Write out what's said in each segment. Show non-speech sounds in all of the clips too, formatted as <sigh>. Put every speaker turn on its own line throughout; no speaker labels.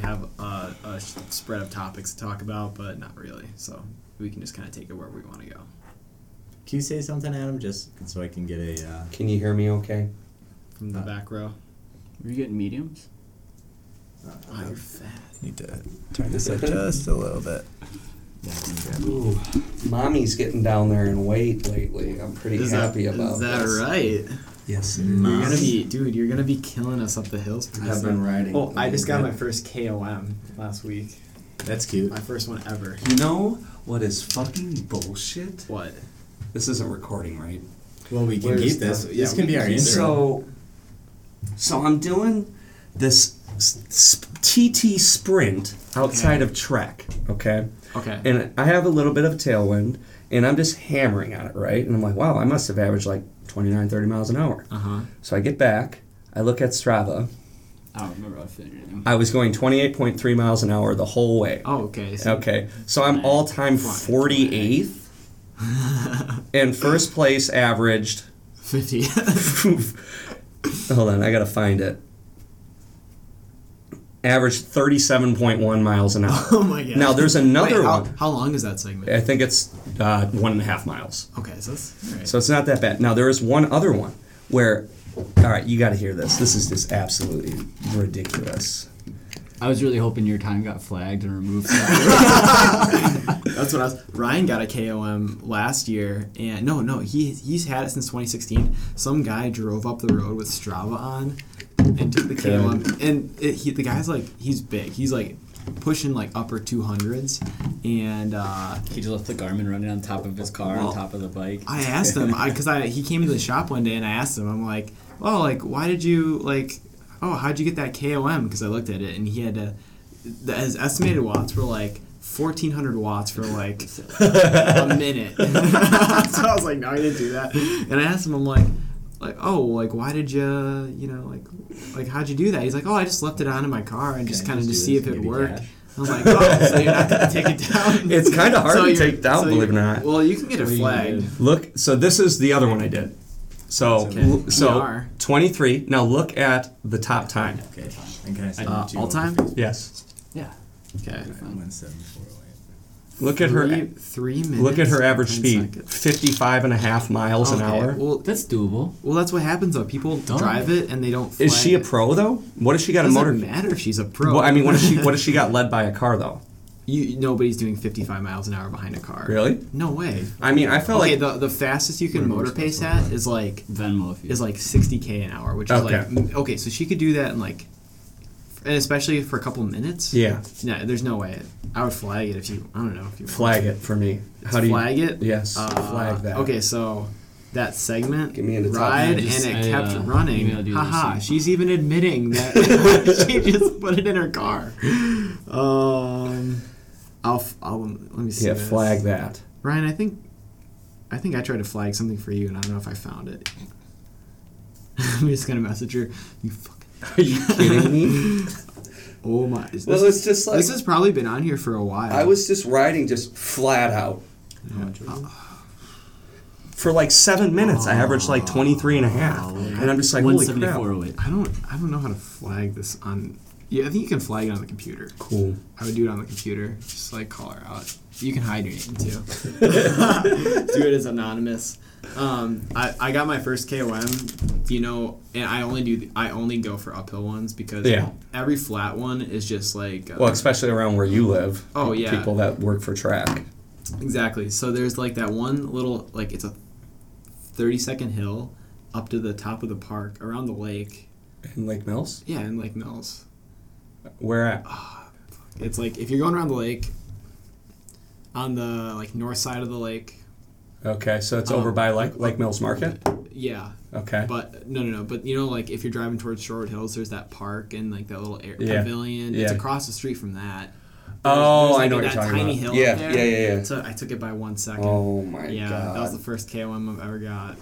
have a, a s- spread of topics to talk about, but not really. So we can just kind of take it where we want to go.
Can you say something, Adam, just so I can get a. Uh,
Can you hear me okay?
From the
Uh,
back row.
Were you getting mediums?
Oh, you're fat.
Need to turn this up just a little bit.
Ooh, mommy's getting down there in weight lately. I'm pretty
Is that,
happy
is
about
that
this.
right?
Yes, it
You're gonna
is.
be, dude. You're gonna be killing us up the hills. pretty
I've
soon.
been riding.
Oh, I just got my
really
first KOM last week.
that's cute.
My first one ever.
good. You know what is fucking bullshit?
What?
This isn't recording, right?
Well, we can
Where's
keep
the-
this.
yeah,
this can
we
be
can
our
keep
intro.
this.
So, so I'm doing this s- s- TT sprint outside of track. Okay.
Okay.
And I have a little bit of tailwind, and I'm just hammering on it, right? And I'm like, wow, I must have averaged like 29, 30 miles an hour.
Uh huh.
So I get back, I look at Strava.
I
Oh,
don't remember. I figured it out.
I was going 28.3 miles an hour the whole way.
Oh, okay. So
Okay, so I'm all time 48th, and first place averaged.
fifty. <laughs>
Hold on, I gotta find it. Averaged 37.1 miles an hour.
oh my god.
Now there's another
Wait, how,
one.
How long is that segment?
I think it's uh, one and a half miles.
Okay, so that's all right.
So it's not that bad. Now there is one other one where, all right, you got to hear this. This is just absolutely ridiculous.
I was really hoping your time got flagged and removed.
That's what I was. Ryan got a KOM last year, and no, no, he he's had it since 2016. Some guy drove up the road with Strava on, and took the KOM, and it, he, the guy's like, he's big. He's like pushing like upper 200s, and uh,
he just left the Garmin running on top of his car,
Well,
on top of the bike.
I asked him because I, he came into the shop one day and I asked him I'm like oh like why did you like oh how'd you get that KOM because I looked at it and he had to the, his estimated watts were like 1400 watts for like a
<laughs>
minute <laughs> so I was like no I didn't do that and I asked him I'm like like oh like why did you you know like like how'd you do that he's like oh I just left it on in my car and just
Can I
kind of
just
just see
do this
if
and
it
give you
worked
cash?
I was like oh so you're not gonna take it
<laughs>
down
It's kind of hard to
you're-
take down,
so
believe it or
you're-
not.
Well, you can get a
What do you
flag.
do?
Look, so this is the other one I did. So,
Okay.
so
PR.
23. Now look at the top time.
Okay. And can I say
Uh,
two
all
over
time?
fifty?
Yes.
Yeah.
Okay.
Alright,
Fine.
17408.
Look at
Three,
her.
three minutes.
Look at her average
and
speed,
seconds.
55 and a half miles an
Okay,
hour.
Well,
That's doable.
well, that's what happens though. People
Dumb.
drive it and they don't. Flag
Is she a
it.
pro though? What has she got a
Doesn't
motor?
matter if she's a pro.
Well, I mean, what
<laughs>
if she what if she got led by a car though?
you, nobody's doing 55 miles an hour behind a car.
Really?
No way.
I mean, I felt
okay,
like
the, the fastest you can motor pace at is like
Venmo if you.
is like 60k an hour, which is
Okay.
like mm, okay, so she could do that in like, and especially for a couple minutes.
yeah,
No, there's no way. I would flag it if you. I don't know if you
flag it for me. How do you
flag it.
Yes,
Uh,
flag that.
Okay, so that segment
Give me a top.
ride
I just-
and it
I,
kept
uh,
running.
emailed you this
Haha,
thing.
she's even admitting
<laughs>
that <laughs> she just put it in her car. Um, I'll, f- I'll let me see.
Yeah,
this.
flag that.
Ryan, I think, I think I tried to flag something for you, and I don't know if I found it. <laughs> I'm just gonna message her. You fucking. <laughs>
Are you kidding me?
Oh my! Is
Well,
this,
it's just like-
this has probably been on here for a while.
I was just riding just flat out for like seven minutes. I averaged like 23 and a half, and I'm just like, holy crap.
174.08.
I don't. I don't know how to flag this on. Yeah, I think you can flag it on the computer.
Cool.
I would do it on the computer. Just like call her out. You can hide your name too. do it as anonymous. Um, I, I got my first KOM. You know, and I only do the, I only go for uphill ones because
Yeah.
every flat one is just like uh,
Well, especially around where you live.
Oh, yeah.
People that work for track.
exactly. So there's like that one little like it's a thirty second hill up to the top of the park around the lake.
In Lake Mills?
Yeah, and like Mills.
Where at?
It's like if you're going around the lake, on the like north side of the lake.
Okay, so it's
Um,
over by Lake, Lake Mills Market?
Yeah,
Okay.
but no, no, no. But you know, like if you're driving towards Sherwood Hills, there's that park and like that little air
Yeah.
pavilion. It's
Yeah.
across the street from that.
Oh,
There's,
I
like,
know what
that
you're talking
tiny
about.
hill
Yeah,
up there.
yeah, yeah, yeah.
So I took it by one second.
Oh my
yeah,
god.
that was the first KOM I've ever got,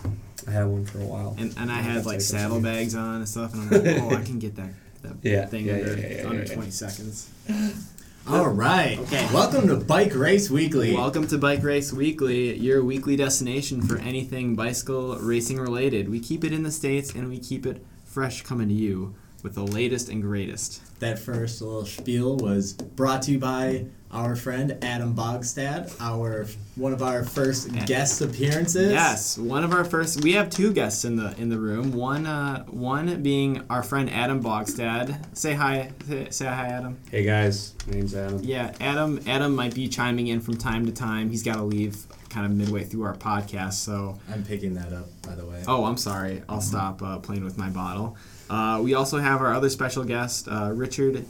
I had one for a while.
and and I
Yeah,
had
that's
like
like-
saddlebags on and stuff, and I'm like, oh, I can get that that
<laughs> Yeah,
thing
yeah,
under,
yeah, yeah, yeah,
under
yeah, yeah.
20 seconds.
All right.
Okay.
Welcome to Bike Race Weekly.
Welcome to Bike Race Weekly, your weekly destination for anything bicycle racing related. We keep it in the States and we keep it fresh coming to you with with the latest and greatest.
That first little spiel was brought to you by our friend Adam Bogstad, our one of our first guest appearances.
Yes, one of our first. We have two guests in the in the room. One, uh, one being our friend Adam Bogstad. Say hi. Say, say hi, Adam.
Hey guys, my name's Adam.
Yeah, Adam. Adam might be chiming in from time to time. He's got to leave kind of midway through our podcast, so
I'm picking that up by the way.
Oh, I'm sorry.
Mm-hmm.
I'll stop uh, playing with my bottle. Uh, we also have our other special guest, uh, Richard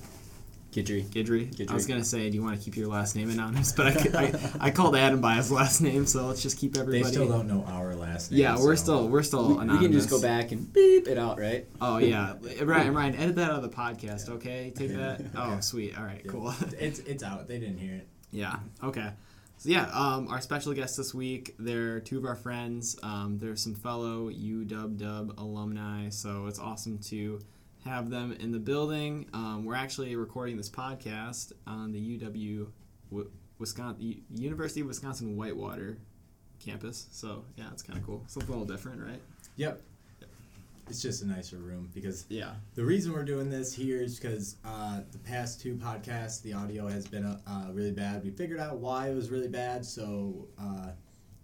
Kidri.
Gidry. I was
Guidry.
going to say, do you want to keep your last name anonymous? But I, I, I called Adam by his last name, so let's just keep
they
everybody.
still don't know our last name.
yeah, we're
so-
still we're still
We, we
anonymous.
can just go back and beep it out, right?
Oh yeah, Ryan, Ryan, edit that out of the podcast, okay? Take that. Oh sweet, all right, cool. <laughs>
It's it's out. They didn't hear it.
Yeah. Okay. So yeah, um, our special guests this week, they're two of our friends. Um, they're some fellow UW alumni, so it's awesome to have them in the building. Um, we're actually recording this podcast on the UW w- Wisconsin U- University of Wisconsin Whitewater campus. So yeah, it's kind of cool. Something a little different, right?
Yep. It's just a nicer room because
Yeah.
The reason we're doing this here is because uh, the past two podcasts, the audio has been uh, uh, really bad. We figured out why it was really bad, so uh,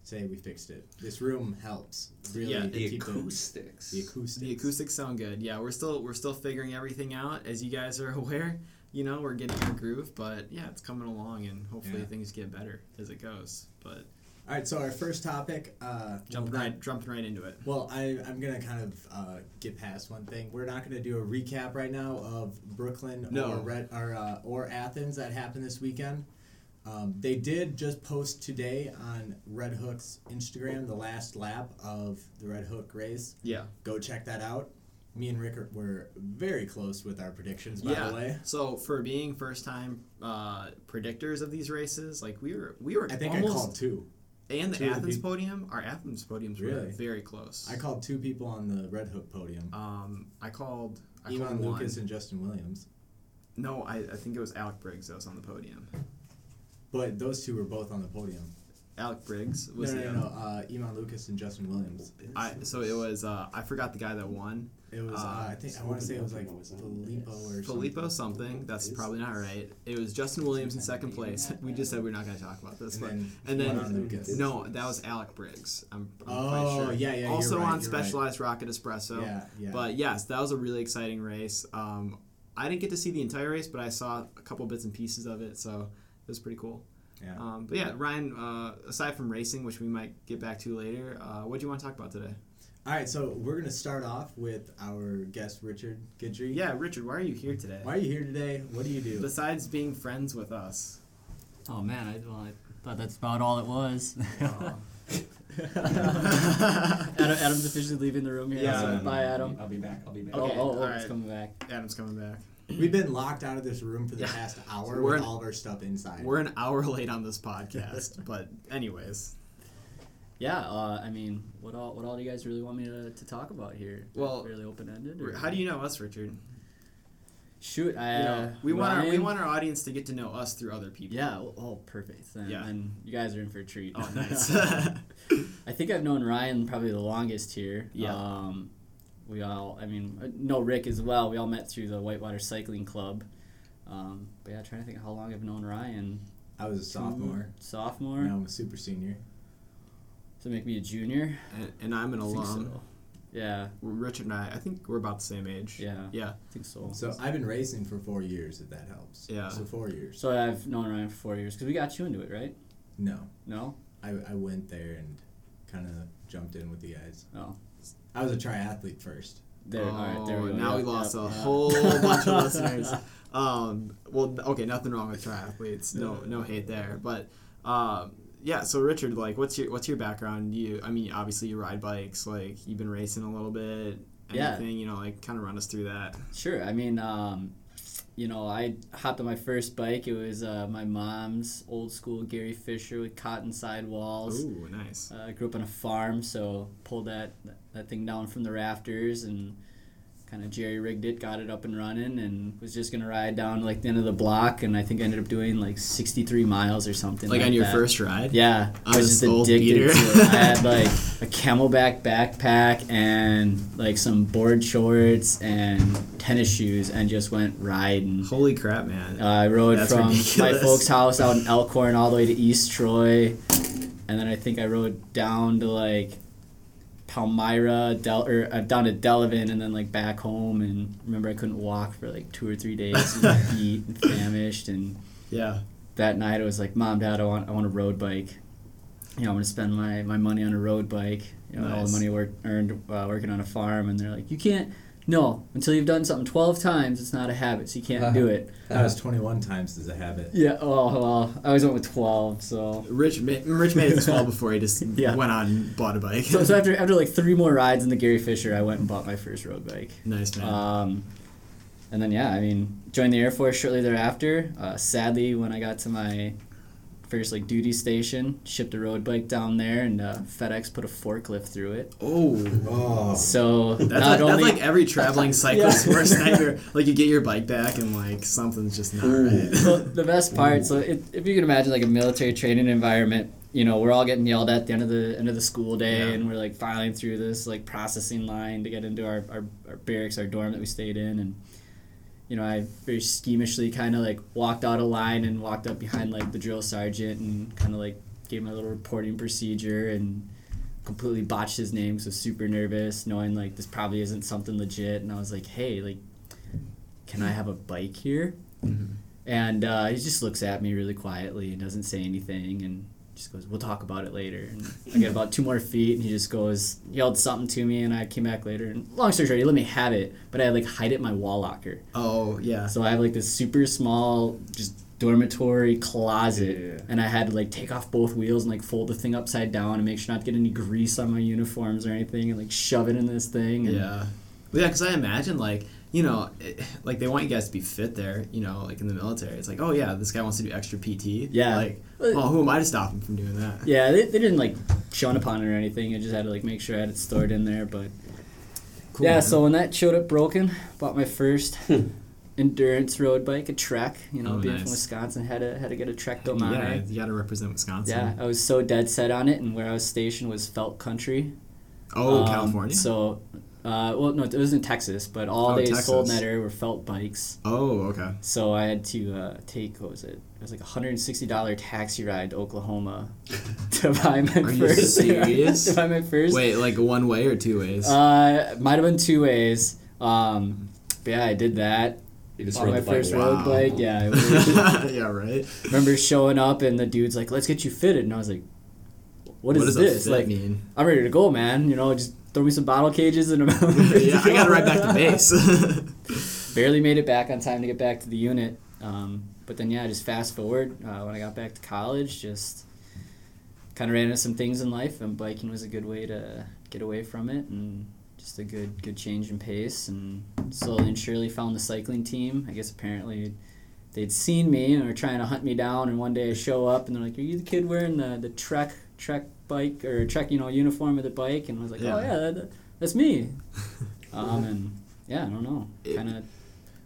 say we fixed it. This room helps really
Yeah,
to keep The, the acoustics.
The acoustics sound good. Yeah, we're still we're still figuring everything out. As you guys are <laughs> aware, you know we're getting our groove, but yeah, it's coming along, and hopefully
Yeah.
things get better as it goes. But
All right, so our first topic. Uh,
jumping
well,
right jumping right into it.
Well, I, I'm gonna kind of uh, get past one thing. We're not gonna do a recap right now of Brooklyn
No.
or Red, or uh, or Athens that happened this weekend. Um, they did just post today on Red Hook's Instagram the last lap of the Red Hook race.
Yeah,
Go check that out. Me and Rick are, were very close with our predictions, by
yeah.
the way.
So for being first time uh, predictors of these races, like we were we were
I think
almost
I called two.
and
two
the
of the
Athens
peop-
podium. Our Athens podiums were
Really?
very close.
I called two people on the Red Hook podium.
um I called I
Elon
called one.
Lucas and Justin Williams.
No, I, I think it was Alec Briggs that was on the podium.
But those two were both on the podium.
Alec Briggs
No,
was
no,
the
no,
other-
no. Uh, Iman Lucas and Justin Williams.
I so it was uh, I forgot the guy that won
It was. Uh,
Uh,
I think I want to say it was like Filippo or
Filippo
something.
something that's probably not right it was Justin Williams in second place we just said we're not going to talk about this but
And then
and
Juan
then
Lucas.
no that was Alec Briggs I'm, I'm
Oh,
quite sure
yeah, yeah, you're
also
right,
on
you're right.
Specialized Rocket Espresso
Yeah, yeah.
but yes that was a really exciting race um, I didn't get to see the entire race but I saw a couple bits and pieces of it so it was pretty cool
Yeah.
um, but yeah Ryan uh, aside from racing which we might get back to later uh, what do you want to talk about today
All right, so we're gonna start off with our guest Richard Guidry.
yeah Richard why are you here today
Why are you here today? What do you do? <laughs>
besides being friends with
<laughs>
us
Oh man, I, well, I thought that's about all it was. <laughs> Oh. Adam, Adam's officially leaving the room here.
Yeah.
so bye, Adam.
I'll be back. I'll be back.
oh,
Okay,
oh, oh
alright.
it's coming back.
Adam's coming back.
We've been locked out of this room for the
Yeah.
past hour
So we're
with
in-
all of our stuff inside.
We're an hour late on this
<laughs>
podcast, but anyways.
Yeah, uh, I mean, what all what all do you guys really want me to, to talk about here?
Well,
really open ended.
How do you know us, Richard?
shoot? I
You know, we want our, we
Uh, Ryan-
want our audience to get to know us through other people.
Yeah. well- Oh, perfect. Then,
Yeah.
then you guys are in for a treat. <laughs>
Oh, nice.
I think I've known Ryan probably the longest here.
Yeah.
Um, we all, I mean, I know Rick as well. We all met through the Whitewater Cycling Club. Um, but yeah, trying to think how long I've known Ryan.
I was a sophomore.
Sophomore.
Now I'm a super senior.
So make me a junior.
and, and I'm an
I think
alum.
so. Yeah,
Richard and I, I think we're about the same age.
yeah,
Yeah.
I think so.
So I've been racing for four years, if that helps.
Yeah.
So four years.
So I've known Ryan for four years because we got you into it, right?
No,
No.
I, I went there and kind of jumped in with the guys.
Oh.
I was a triathlete first.
There. all right. There
Oh,
we go.
Now we
Yep,
lost
yep,
a
yep.
whole bunch
<laughs>
of listeners. Um, well, okay, nothing wrong with triathletes. No, no hate there. But um, yeah, so Richard, like, what's your what's your background? You, I mean, obviously you ride bikes. Like, you've been racing a little bit.
Yeah.
Anything, you know, like, kind of run us through that.
Sure. I mean, um, you know, I hopped on my first bike. It was uh, my mom's old school Gary Fisher with cotton sidewalls.
Ooh, nice.
Uh, I grew up on a farm, so pulled that that thing down from the rafters and kind of jerry rigged it, got it up and running, and was just gonna ride down to, like the end of the block. And I think I ended up doing like 63 miles or something.
Like
Like,
on your
that.
first ride?
Yeah,
I
I was
was
just
old
addicted
Peter.
to it. I
<laughs>
had like a camelback backpack and like some board shorts and tennis shoes, and just went riding.
Holy crap, man.
Uh, I rode
That's
from my
ridiculous.
folks' house out in Elkhorn all the way to East Troy, and then I think I rode down to like Palmyra, Del or uh, down to Delavan, and then like back home. And remember, I couldn't walk for like two or three days,
<laughs>
and beat and famished. And
yeah.
that night, I was like, "Mom, Dad, I want I want a road bike. You know, I'm gonna spend my my money on a road bike. You know, all the
Nice.
money work, earned uh, working on a farm." And they're like, "You can't." No, until you've done something 12 times, it's not a habit, so you can't do it.
That was 21 times as a habit.
Yeah. Oh well, I always went with twelve. So.
Rich, ma- Rich made it to 12 before he just
<laughs> Yeah.
went on and bought a bike.
so, so after after like three more rides in the Gary Fisher, I went and bought my first road bike.
<laughs> nice, man.
Um, and then yeah, I mean, joined the Air Force shortly thereafter. Uh, sadly, when I got to my first like duty station, shipped a road bike down there, and uh, FedEx put a forklift through it.
oh.
Oh.
So
<laughs> That's
not
like,
only
that's like every traveling cyclist's
<laughs> Yeah.
worst nightmare. Like you get your bike back and like something's just not right.
Well, the best part, so it, if you can imagine like a military training environment, you know, we're all getting yelled at at the end of the end of the school day,
Yeah.
and we're like filing through this like processing line to get into our, our, our barracks, our dorm that we stayed in, and you know, I very schemishly kind of like walked out of line and walked up behind like the drill sergeant and kind of like gave my little reporting procedure and completely botched his name, so super nervous, knowing like this probably isn't something legit, and I was like, hey, like, can I have a bike here? And uh, he just looks at me really quietly and doesn't say anything and just goes, We'll talk about it later. And I get about two more feet and he just goes, yelled something to me and I came back later. And long story short, he let me have it, but I like hide it in my wall locker.
Oh yeah.
So I have like this super small, just dormitory closet.
Yeah.
And I had to like take off both wheels and like fold the thing upside down and make sure not to get any grease on my uniforms or anything and like shove it in this thing. And
Yeah. Well, yeah, because I imagine like you know, it, like they want you guys to be fit there. You know, like in the military, it's like, oh yeah, this guy wants to do extra PT.
Yeah.
Like,
Uh,
well, who am I to stop him from doing that?
Yeah, they, they didn't like shun upon it or anything. I just had to like make sure I had it stored in there. But
Cool,
yeah,
man. Hmm.
so when that showed up broken, bought my first endurance road bike, a Trek. You know,
Oh,
being from
nice.
Wisconsin, had to had to get a Trek
You gotta,
Domare.
you gotta represent Wisconsin.
Yeah, I was so dead set on it, and where I was stationed was Felt Country.
Oh,
Um,
California.
So, uh, well, no, it was in Texas, but all
Oh,
they sold in
Texas.
that area were Felt bikes.
oh, okay.
So I had to uh, take what was it? It was like a hundred and sixty dollar taxi ride to Oklahoma <laughs> to buy my
Are you
first. <laughs>
serious?
to buy my first.
Wait, like one way or two ways? <laughs>
Uh, might have been two ways. Um, but yeah, I did that.
You just
on
rode
my
the bike.
first
Wow.
road bike. Yeah, I
<laughs>
was-
yeah, right.
remember showing up and the dude's like, "Let's get you fitted," and I was like, what is
what does
this?"
a fit
Like, <laughs>
mean? <laughs>
I'm ready to go, man. You know, just throw me some bottle cages <laughs> and I'm ready
yeah, I gotta ride back to
<laughs>
base. <laughs>
barely made it back on time to get back to the unit. Um, but then yeah, just fast forward uh, when I got back to college, just kind of ran into some things in life, and biking was a good way to get away from it, and just a good good change in pace. And slowly and surely found the cycling team. I guess apparently. They'd seen me and were trying to hunt me down, and one day I show up and they're like, "Are you the kid wearing the the trek trek bike or trek you know uniform of the bike?" And I was like, "Oh
Yeah.
yeah, that,
<laughs>
that's me." um, and yeah, I don't know,
It-
kind of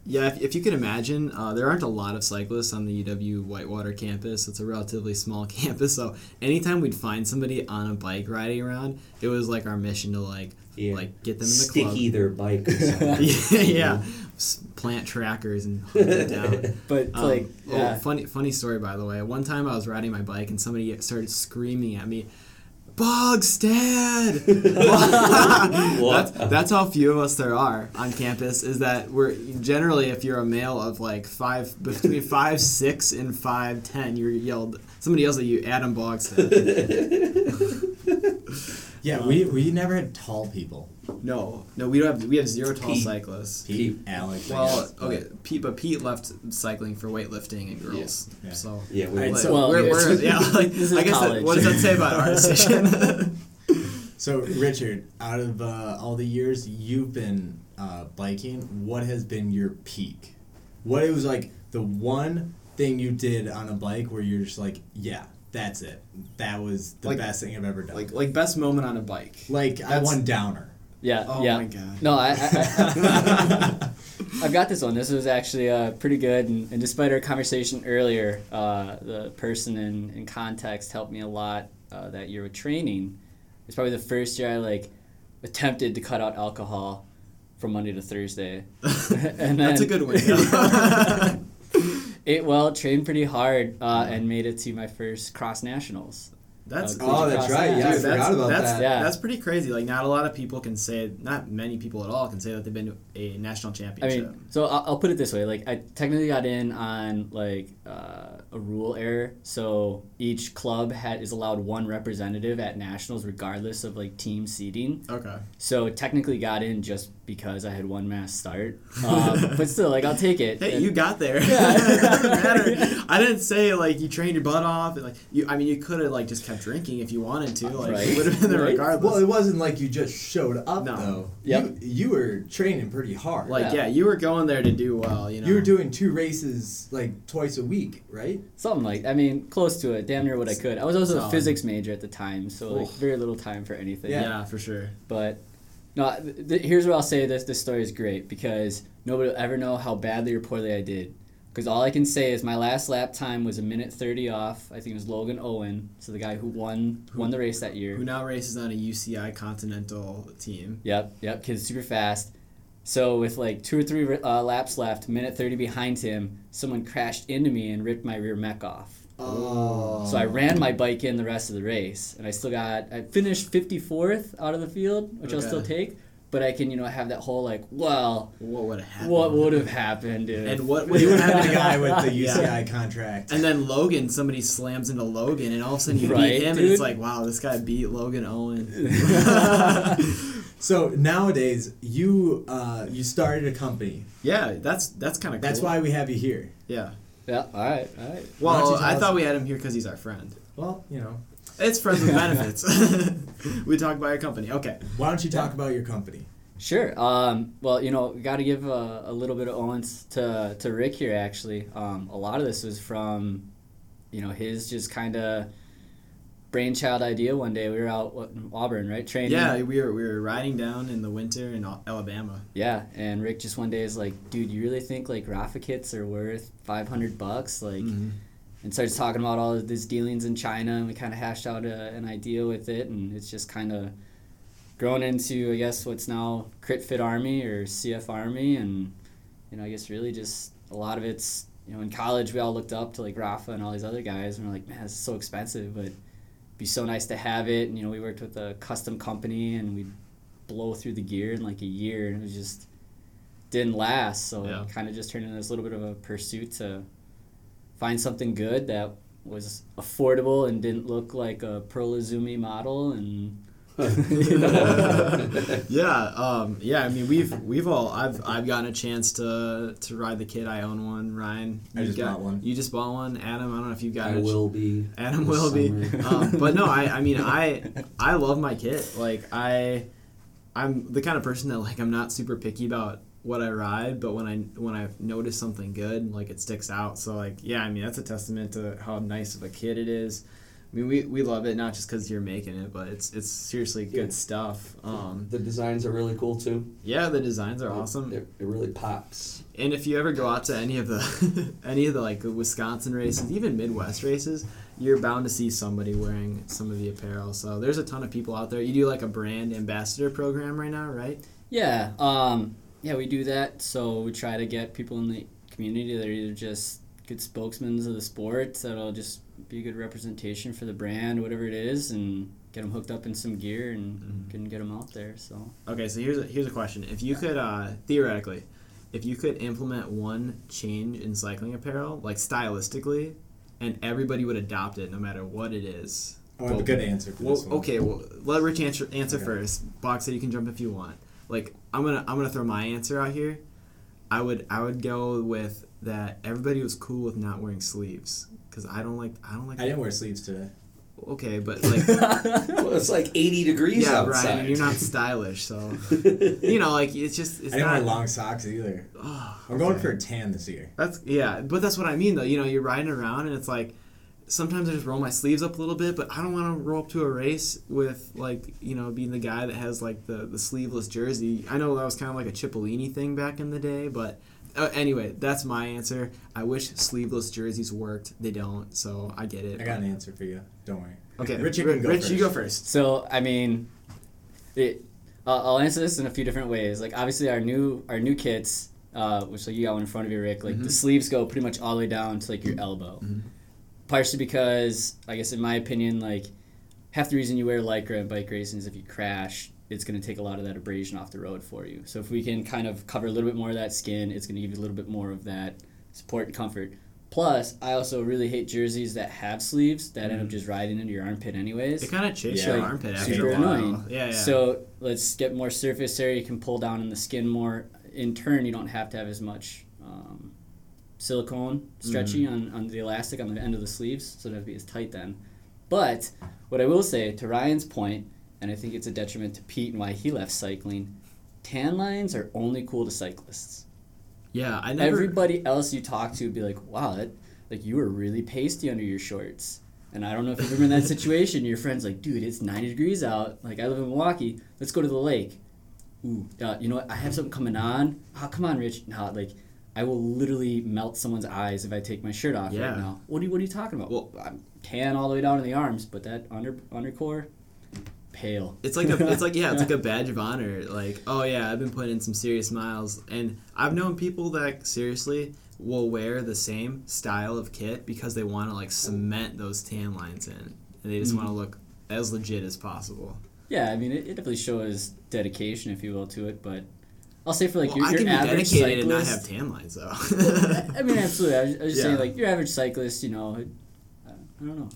yeah, if, if you can imagine, uh, there aren't a lot of cyclists on the UW Whitewater campus. It's a relatively small <laughs> campus, so anytime we'd find somebody on a bike riding around, it was like our mission to like
Yeah.
like get them in the club.
Sticky their bike or something.
<laughs> yeah, yeah. S- plant trackers and hunt them down.
But
Um,
like, yeah,
oh, funny, funny story by the way. One time I was riding my bike and somebody started screaming at me, <laughs> "Bogstad!" that's, that's how few of us there are on campus. Is that we're generally, if you're a male of like five <laughs> between five six and five ten, you're yelled. Somebody yells at you, Adam <laughs> Bogstad.
Yeah, we, we never had tall people.
no, no, we don't have. We have zero tall
Pete.
cyclists.
Pete, Alex. I
Well,
guess, but-
okay, Pete, but Pete left cyclifting for weightlifting and girls.
Yeah.
So
yeah, we
I'd
<laughs>
Like,
So-
Well,
we're,
yeah. <laughs>
we're, yeah, like,
This is
I guess that,
college.
what does that say about our decision?
<laughs>
So, Richard, out of uh, all the years you've been uh, biking, what has been your peak? What it was like the one thing you did on a bike where you're just like, yeah, that's it. That was the
Like-
best thing I've ever done. Like,
like like best moment on a bike.
I
That's-
won downer.
Yeah.
Oh
yeah.
my god.
No,
<laughs>
I, I,
<laughs>
I I've got this one. This was actually uh, pretty good, and, and despite our conversation earlier, uh, the person in, in context helped me a lot uh, that year with training. It's probably the first year I like attempted to cut out alcohol from Monday to Thursday. <laughs>
<laughs>
and
That's a
then
good one.
<laughs>
though.
Ate well, trained pretty hard, uh, and made it to my first cross nationals.
That's
Uh,
cool.
Oh, that's right. Yeah, I
Dude,
forgot about
that's,
that.
Yeah.
That's pretty crazy. Like, not a lot of people can say, not many people at all can say that they've been to a national
I
championship.
mean, so I'll, I'll put it this way: like I technically got in on like uh, a rule error. So each club had is allowed one representative at nationals, regardless of like team seating.
okay.
So technically got in just because I had one mass
<laughs>
start. Um, but still, like I'll take it.
Hey,
And-
you got there. it <laughs>
Yeah. <laughs>
doesn't matter. I didn't say like you trained your butt off. And, like you, I mean, you could have like just kept drinking if you wanted to. Like
Right.
you would have been there
Right.
regardless.
Well, it wasn't like you just showed up
No.
though.
Yep.
You, you were training pretty hard.
like
yeah.
yeah. you were going there to do well. You know.
you were doing two races like twice a week, right?
Something like I mean, close to it, damn near what I could. I was also a
Solid.
physics major at the time, so like
Oof.
very little time for anything.
Yeah, for sure.
But no, th- th- here's what I'll say: this this story is great because nobody will ever know how badly or poorly I did. Because all I can say is my last lap time was a minute thirty off. I think it was Logan Owen, so the guy who won won the race that year.
Who now races on a UCI Continental team?
Yep, yep, kid's super fast. So with like two or three uh, laps left, minute thirty behind him, someone crashed into me and ripped my rear mech off.
Oh.
So I ran my bike in the rest of the race, and I still got I finished fifty fourth out of the field, which I'll
Okay.
still take. But I can you know have that whole like, well,
What would have happened?
what would have happened, dude?
And what would
<laughs> You
have
would have
happened?
been the <laughs> guy with
<laughs>
the
Yeah.
UCI contract.
And then Logan, somebody slams into Logan, and all of a sudden you
Right,
beat him,
dude.
and it's like, wow, this guy beat Logan Owen. <laughs>
So nowadays, you uh, you started a company.
yeah, that's that's kind of
That's why we have you here.
Yeah.
yeah, all right, all right.
Why don't
Well,
you tell
I
us-
thought we had him here because he's our friend.
Well, you know,
It's friends with benefits. <laughs> we talk about your company. Okay.
why don't you talk about your company?
Sure. Um, well, you know, got to give a, a little bit of owens to to Rick here. Actually, um, a lot of this was from, you know, his just kind of brainchild idea. One day we were out what, in Auburn, right, training.
Yeah, we were we were riding down in the winter in Al- Alabama.
Yeah, and Rick just one day is like, dude, you really think like Rafa kits are worth five hundred bucks? Like,
Mm.
and starts talking about all of these dealings in China, and we kind of hashed out a, an idea with it, and it's just kind of grown into, I guess, what's now Crit Fit Army or CF Army, and you know, I guess really just a lot of it's you know, in college we all looked up to like Rafa and all these other guys, and we're like, man, this is so expensive, but it'd be so nice to have it. And you know, we worked with a custom company, and we blow through the gear in like a year, and it was just didn't last. So
Yeah.
it kind of just turned into this little bit of a pursuit to find something good that was affordable and didn't look like a Pearl Izumi model and
<laughs>
you know.
yeah, um, yeah. I mean, we've we've all I've I've gotten a chance to to ride the kid. I own one. Ryan,
I
you
just
got,
bought one.
You just bought one. Adam, I don't know if you got.
I
a-
will be.
Adam
this
will be.
summer.
Um, but no, I, I mean, I
<laughs>
I love my kit. Like I, I'm the kind of person that like I'm not super picky about what I ride, but when I when I notice something good, like it sticks out. So like yeah, I mean that's a testament to how nice of a kit it is. I mean we, we love it not just because you're making it, but it's it's seriously good
Yeah.
stuff. Um,
The designs are really cool too.
yeah, the designs are awesome.
It, it really pops.
And if you ever go out to any of the <laughs> any of the like the Wisconsin races, even Midwest races, you're bound to see somebody wearing some of the apparel. So there's a ton of people out there. You do like a brand ambassador program right now, right?
Yeah, um, yeah, we do that. So we try to get people in the community that are either just good spokesmen of the sport that'll just be a good representation for the brand, whatever it is, and get them hooked up in some gear and can get them out there. So
Okay, so here's a, here's a question. If you could uh, theoretically, if you could implement one change in cycling apparel, like stylistically, and everybody would adopt it no matter what it is.
I have a
Well,
good answer for
Well,
this one.
okay. Well, let Rich answer answer
Okay.
first. Boxer, you can jump if you want. Like, I'm gonna I'm gonna throw my answer out here. I would I would go with that. Everybody was cool with not wearing sleeves because I don't like I don't like.
I didn't wear sleeves today.
okay, but
<laughs>
like
<laughs> Well, it's like 80 degrees
yeah,
outside.
Ryan, you're not
<laughs>
stylish, so
<laughs>
you know like it's just it's
I didn't
not.
wear long socks either.
Oh,
I'm going
okay.
for a tan this year.
That's yeah, but that's what I mean though. You know, you're riding around and it's like sometimes I just roll my sleeves up a little bit, but I don't want to roll up to a race with like you know being the guy that has like the the sleeveless jersey. I know that was kind of like a Cipollini thing back in the day, but uh, anyway, that's my answer. I wish sleeveless jerseys worked. They don't, so I get it.
I got an answer for you. Don't worry.
Okay,
Rich, you can go
Rich,
first.
you go first.
So I mean, it, I'll I'll answer this in a few different ways. Like obviously our new our new kits, uh, which like you got one in front of you, Rick. Like the sleeves go pretty much all the way down to like your elbow. Partially because I guess in my opinion, like half the reason you wear lycra in bike racing is if you crash, it's going to take a lot of that abrasion off the road for you. So if we can kind of cover a little bit more of that skin, it's going to give you a little bit more of that support and comfort. Plus, I also really hate jerseys that have sleeves that end up just riding into your armpit anyways.
It kind of chafes
Yeah.
your armpit after
super
a while.
annoying.
Yeah, yeah.
So let's get more surface area. You can pull down in the skin more. In turn, you don't have to have as much um, silicone stretchy
Mm-hmm.
on, on the elastic on the end of the sleeves, so it doesn't have to be as tight then. But what I will say to Ryan's point, and I think it's a detriment to Pete and why he left cycling. Tan lines are only cool to cyclists.
yeah, I never.
Everybody else you talk to would be like, "Wow, that, like you were really pasty under your shorts." And I don't know if you've ever been in that situation. Your friend's like, "Dude, it's 90 degrees out. Like I live in Milwaukee. Let's go to the lake." Ooh, uh, you know what? I have something coming on. Oh, come on, Rich. Nah, like I will literally melt someone's eyes if I take my shirt off
Yeah.
right now. What are you What are you talking about?
Well-
Well, I'm tan all the way down to the arms, but that under undercore, pale.
It's like a, it's like yeah, it's like
<laughs>
a badge of honor. Like, oh yeah, I've been putting in some serious miles, and I've known people that seriously will wear the same style of kit because they want to like cement those tan lines in, and they
Mm-hmm.
just want to look as legit as possible.
Yeah, I mean, it, it definitely shows dedication, if you will, to it. But I'll say for like
well,
your,
I
your
can be dedicated
average
and not
cyclist,
have tan lines though.
I mean, absolutely. I was, I was just saying,
Yeah.
like your average cyclist, you know, uh, I don't know.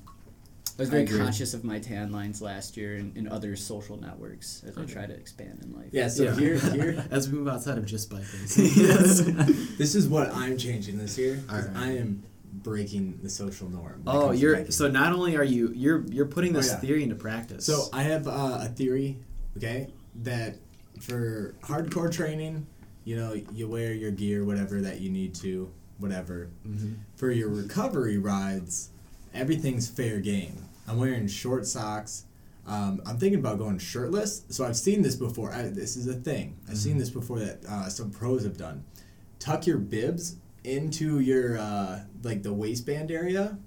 I was very
agree.
conscious of my tan lines last year and, and other social networks as I try to expand in life.
Yeah, <laughs>
<laughs>
so
Yeah.
here, here,
as we move outside of just biking.
<laughs> Yes. <laughs> this is what I'm changing this year. 'cause
Alright.
I am breaking the social norm. when
<laughs>
it
Oh,
comes to
you're
biking.
so not only are you you're you're putting
Oh,
this
yeah.
theory into practice.
So I have uh, a theory, okay, that for hardcore training, you know, you wear your gear, whatever that you need to, whatever.
Mm-hmm.
For your recovery rides, everything's fair game. I'm wearing short socks. Um, I'm thinking about going shirtless. So I've seen this before. I, this is a thing. I've
Mm-hmm.
seen this before that uh, some pros have done. Tuck your bibs into your uh, like the waistband area.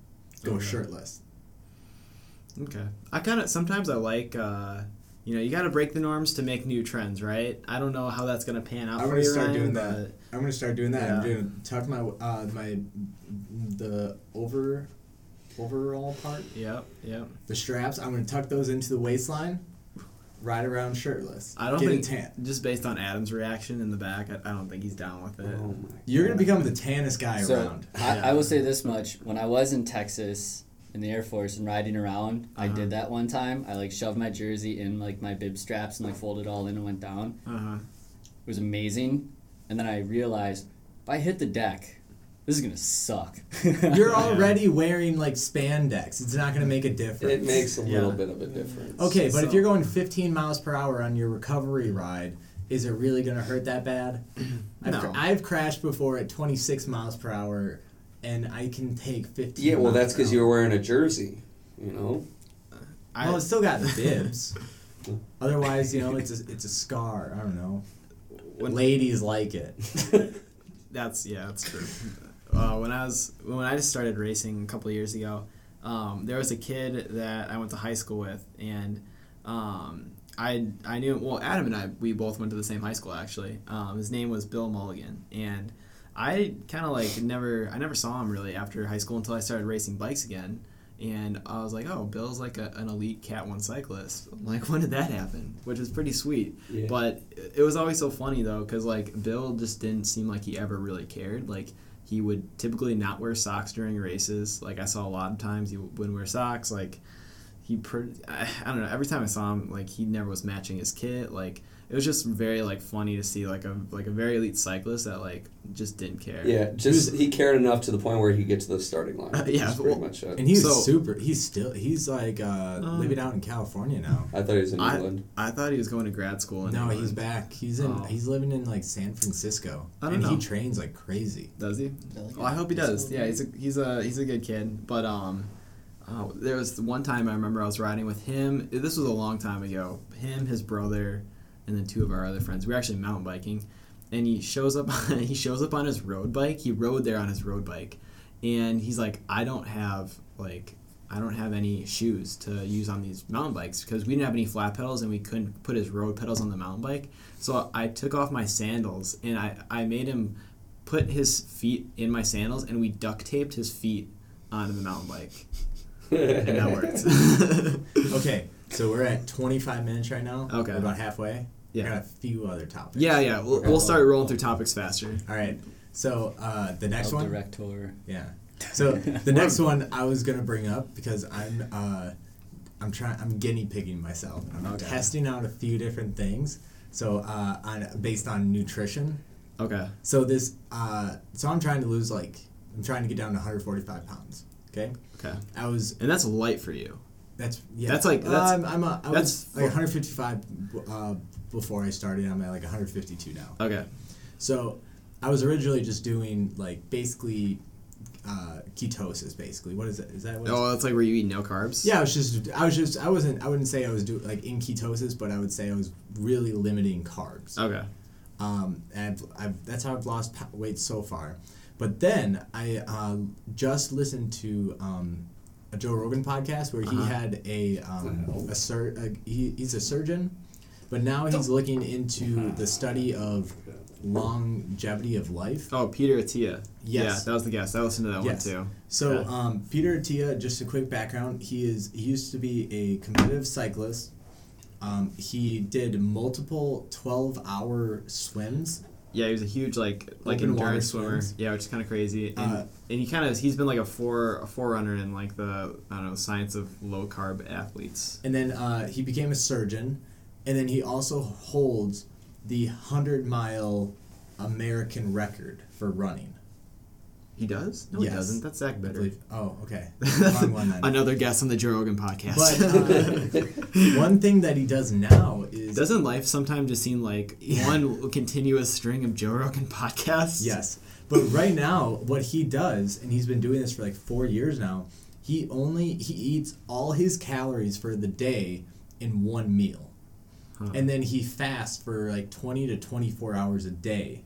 Go
Okay.
shirtless.
Okay. I kind of sometimes I like uh, you know you got to break the norms to make new trends, right? I don't know how that's gonna pan out. for
I'm gonna
you,
start
Ryan,
doing that. I'm gonna start doing that. I'm
Yeah.
gonna tuck my uh my the over overall part,
but- Yep, yep.
the straps. I'm gonna tuck those into the waistline, ride around shirtless.
I don't
get
think
a tan.
just based on Adam's reaction in the back, I, I don't think he's down with it.
Oh my.
You're gonna become the tannest guy
So
around.
I,
Yeah.
I will say this much: when I was in Texas in the Air Force and riding around, I
Uh-huh.
did that one time. I like shoved my jersey in like my bib straps and like folded it all in and went down.
Uh huh.
It was amazing. And then I realized if I hit the deck, this is gonna suck. <laughs>
You're already wearing like spandex. It's not gonna make a difference.
It makes a
Yeah.
little bit of a difference.
Okay, but
So-
if you're going 15 miles per hour on your recovery ride, is it really going to hurt that bad?
<clears throat>
I've,
No.
cr- I've crashed before at 26 miles per hour, and I can take 15.
Yeah, well,
miles
that's
per
because
hour.
you're wearing a jersey. You <laughs> know.
I,
Well, it's still got
<laughs>
bibs. Otherwise, you know, it's a, it's a scar. I don't know. Ladies like it.
That's yeah, that's true. <laughs> uh, when I was when I just started racing a couple years ago, um, there was a kid that I went to high school with, and um, I I knew well Adam and I we both went to the same high school actually. Um, his name was Bill Mulligan, and I kind of like never I never saw him really after high school until I started racing bikes again. And I was like, oh, Bill's like a, an elite Cat 1 cyclist. I'm like, when did that happen? Which is pretty sweet.
Yeah.
But it was always so funny, though, because, like, Bill just didn't seem like he ever really cared. Like, he would typically not wear socks during races. Like, I saw a lot of times he wouldn't wear socks. Like, he pr- I, I don't know every time i saw him like he never was matching his kit like it was just very like funny to see like a like a very elite cyclist that like just didn't care
Yeah, just he cared enough to the point where he could get to the starting line.
<laughs> yeah,
That's
well,
pretty much uh,
<laughs>
it.
And he's
So-
super. He's still. He's like uh,
Um,
living out in California now.
I thought he was in
I-
England.
i thought he was going to grad school in
No,
England.
he's back. He's in.
Oh.
He's living in like San Francisco,
I don't
and he
know.
trains like crazy.
does he
Is that like
well, Oh, i
a
hope he does
disco
yeah
thing?
he's a he's a he's a good kid but um Oh, there was one time I remember I was riding with him. This was a long time ago. Him, his brother, and then two of our other friends. We were actually mountain biking, and he shows up. <laughs> he shows up on his road bike. He rode there on his road bike, and he's like, "I don't have like, I don't have any shoes to use on these mountain bikes because we didn't have any flat pedals and we couldn't put his road pedals on the mountain bike. So I took off my sandals and I I made him put his feet in my sandals and we duct taped his feet onto the mountain bike <laughs> and that
<laughs>
<laughs>
worked.
Okay, so we're at 25 minutes right now.
Okay.
We're about halfway.
Yeah.
We got a few other topics.
yeah, yeah. We'll,
Okay.
we'll start rolling through topics faster.
All right. So uh, the next
El
one.
director.
Yeah. So the next one I was gonna bring up because I'm uh, I'm trying I'm guinea pigging myself. I'm
Okay.
testing out a few different things. So uh, on based on nutrition.
Okay.
So this uh, so I'm trying to lose like I'm trying to get down to 145 pounds. Okay.
Okay.
I was
And that's light for you.
that's yeah.
That's like- that's-
Um, I'm, I'm a, I was
that's-
like 155 b- uh, before I started. I'm at like 152 now.
Okay.
So I was originally just doing like basically uh, ketosis. Basically, what is that? Is that what? it's-
Oh, that's like where you eat no carbs.
Yeah, I was just I was just I wasn't I wouldn't say I was doing like in ketosis, but I would say I was really limiting carbs.
Okay.
Um, and I've, I've, that's how I've lost po- weight so far. But then I uh, just listened to um, a Joe Rogan podcast where
Uh-huh.
he had a um, a, sur- a he, he's a surgeon, but now
Oh.
he's looking into
Uh-huh.
the study of longevity of life.
Oh, Peter Attia. Yeah,
Yes.
that was the guess. I listened to that
Yes.
one too.
So
Yeah.
um, Peter Attia, just a quick background. He is he used to be a competitive cyclist. Um, he did multiple twelve-hour swims.
Yeah, he was a huge like like
Open water
endurance swimmer.
swims.
Yeah, which is kind of crazy. And,
Uh,
and he kind of he's been like a fore a forerunner in like the I don't know science of low carb athletes.
and then uh, he became a surgeon, and then he also holds the hundred mile American record for running.
He does? No,
Yes.
he doesn't. That's Zach
I
Better.
believe. Oh, okay. Wrong
<laughs>
one then.
Another guess on the Joe Rogan podcast.
But uh, one thing that he does now
<laughs>
is
Doesn't life sometimes just seem like
Yeah.
one continuous string of Joe Rogan podcasts?
Yes. But right now, what he does, and he's been doing this for like four years now, he only he eats all his calories for the day in one meal.
Huh.
And then he fasts for like twenty to twenty four hours a day.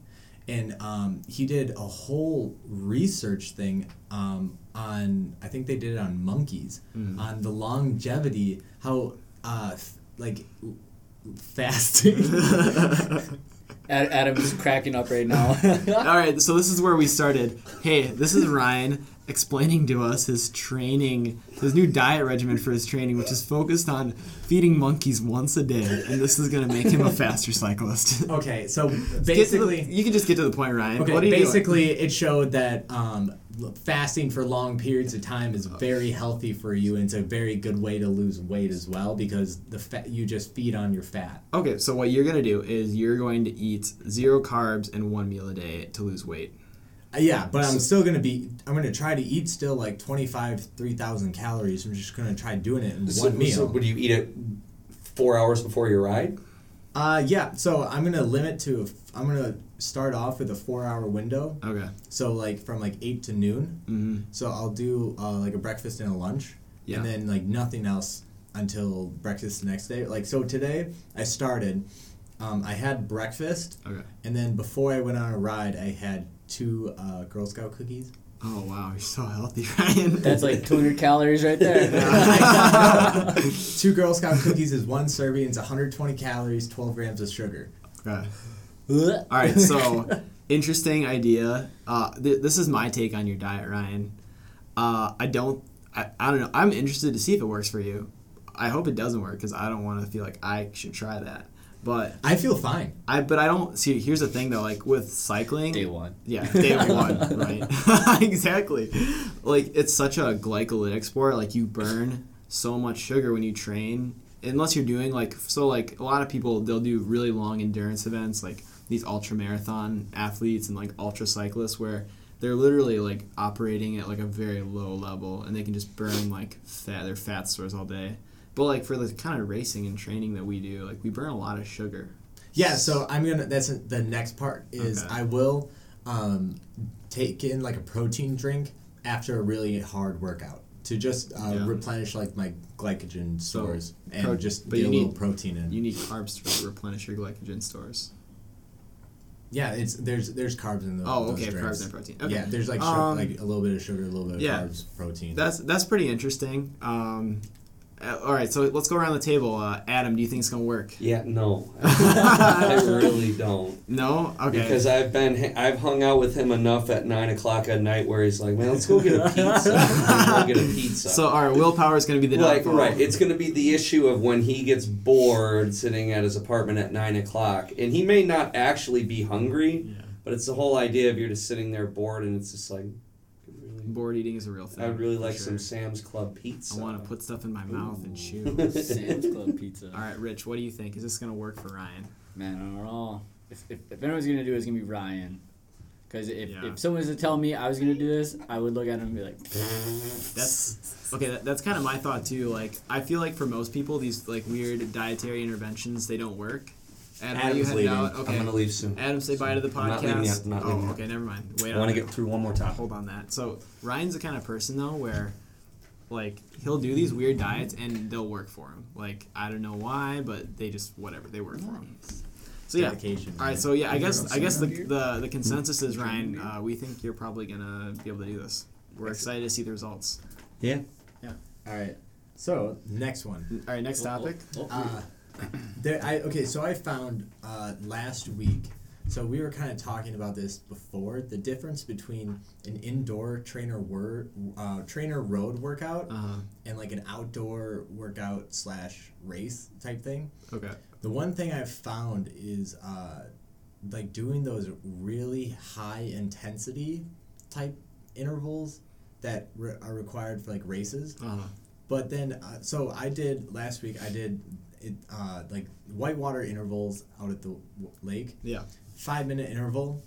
And um, he did a whole research thing um, on I think they did it on monkeys
Mm-hmm.
on the longevity how uh, f- like l-
<laughs>
fasting
Ad- Adam's cracking up right <laughs> now.
<laughs> All right, so this is where we started. Hey, this is Ryan explaining to us his training, his new diet regimen for his training, which is focused on feeding monkeys once a day, and this is going to make him a faster cyclist. <laughs>
okay so
Get to the-
basically
you can just get to the point, Ryan.
Okay,
what are you doing?
basically, it showed that um, l- fasting for long periods of time is very healthy for you, and it's a very good way to lose weight as well because the fat you just feed on your fat.
Okay, so what you're going to do is you're going to eat zero carbs and one meal a day to lose weight.
Uh, yeah, but I'm still gonna be. I'm gonna try to eat still like 25, 3,000 calories. I'm just gonna try doing it in
So,
one meal.
so would you eat it four hours before your ride?
uh, yeah, so I'm gonna limit to. a f- I'm gonna start off with a four-hour window.
Okay.
So like from like eight to noon.
Mhm.
So I'll do uh, like a breakfast and a lunch,
Yeah.
and then like nothing else until breakfast the next day. Like so today I started. Um, I had breakfast,
Okay.
and then before I went on a ride, I had two uh, Girl Scout cookies. <laughs>
Oh, wow, you're so healthy, <laughs> Ryan.
That's like 200 calories right <laughs> there.
two Girl Scout cookies is one serving. It's 120 calories, 12 grams of sugar.
Okay. All right,
<laughs>
so interesting idea. Uh, th- this is my take on your diet, Ryan. Uh, I don't, I, I don't know. I'm interested to see if it works for you. I hope it doesn't work because I don't want to feel like I should try that. But
I feel fine.
I, but I don't see. Here's the thing though, like with cycling,
Day one.
yeah, day one, right? <laughs> exactly. Like it's such a glycolytic sport. Like you burn so much sugar when you train, unless you're doing like so. Like a lot of people, they'll do really long endurance events, like these ultra marathon athletes and like ultra cyclists, where they're literally like operating at like a very low level, and they can just burn like fat their fat stores all day. But like for the kind of racing and training that we do, like we burn a lot of sugar.
Yeah, so I'm gonna. That's the next part. Is
Okay.
I will um, take in like a protein drink after a really hard workout. to just uh,
Yeah.
replenish like my glycogen
So,
stores and
pro-
just
but
get
you
a little
need-
protein in.
You need carbs to replenish your glycogen stores.
yeah, it's there's there's carbs in the.
uh,
Oh,
those
okay,
drinks.
carbs and protein. Okay.
Yeah, there's like, su-
Um,
like a little bit of sugar, a little bit of
yeah.
carbs, protein.
That's that's pretty interesting. Um, uh, all right, so let's go around the table. Uh, Adam, do you think it's gonna work?
Yeah,
<laughs>
no, <laughs> I really don't.
No. Okay.
Because I've been, I've hung out with him enough at nine o'clock at night where he's like, "Man, let's
<laughs>
go get a pizza. let's go get a pizza."
so our willpower is gonna be the
uh, like,
downfall.
right, it's going to be the issue of when he gets bored sitting at his apartment at nine o'clock, and he may not actually be hungry, but it's the whole idea of you're just sitting there bored, and it's just like, really,
Bored eating is a real thing.
I would really
for
like
sure.
some Sam's Club pizza.
I
<laughs>
want to put stuff in my mouth and chew.
<laughs> Sam's Club pizza.
All right, Rich, what do you think? Is this gonna work for Ryan?
Man, overall, if, if, if anyone's gonna do it, it's gonna be Ryan. Because if,
Yeah.
if someone was to tell me I was gonna do this, I would look at him and be like,
That's okay. That, that's kind of my thought too. Like, I feel like for most people, these like weird dietary interventions they don't work. And are you
Adam's
heading
leaving.
out? Okay.
I'm going to leave soon.
Adam, say bye to the
I'm not leaving yet,
podcast.
I'm not leaving
oh,
yet.
okay, never mind. Wait,
I want
on
to get through one more topic.
hold on that. So Ryan's the kind of person though where, like, he'll do these weird diets and they'll work for him. Like, I don't know why, but they just whatever they work for him. So yeah.
Dedication,
All
man.
right. So yeah, I guess I guess the
Beer?
the, the consensus is Ryan. Uh, we think you're probably gonna be able to do this. We're excited to see the results.
Yeah.
All right. So next one.
All right. Next topic.
Oh, oh,
Uh, there, I okay. So I found uh, last week. So we were kind of talking about this before the difference between an indoor trainer word uh, trainer road workout
Uh,
and like an outdoor workout slash race type thing.
okay. Uh-huh.
The one thing I've found is uh, like doing those really high intensity type intervals that re- are required for like races.
Uh,
But then, uh, so I did last week. I did it uh, like whitewater intervals out at the w- lake,
yeah.
five minute interval,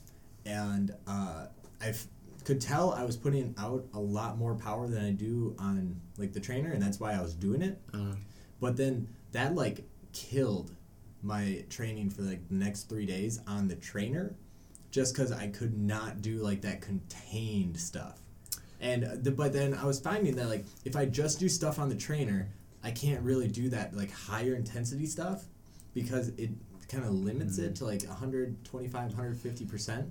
and uh, I f- could tell I was putting out a lot more power than I do on like the trainer, and that's why I was doing it.
Uh,
But then that like killed my training for like the next three days on the trainer, just because I could not do like that contained stuff. And uh, the, but then I was finding that like if I just do stuff on the trainer, I can't really do that like higher intensity stuff because it kind of limits it to like 125 150%.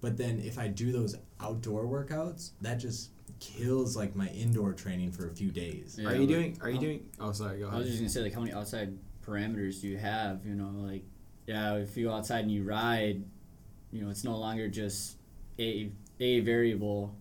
But then if I do those outdoor workouts, that just kills like my indoor training for a few days.
yeah,
are you
like-
doing? Are you
oh.
doing? Oh, sorry. Go
I
ahead.
was just gonna say, like, how many outside parameters do you have? You know, like, yeah, if you go outside and you ride, you know, it's no longer just a a variable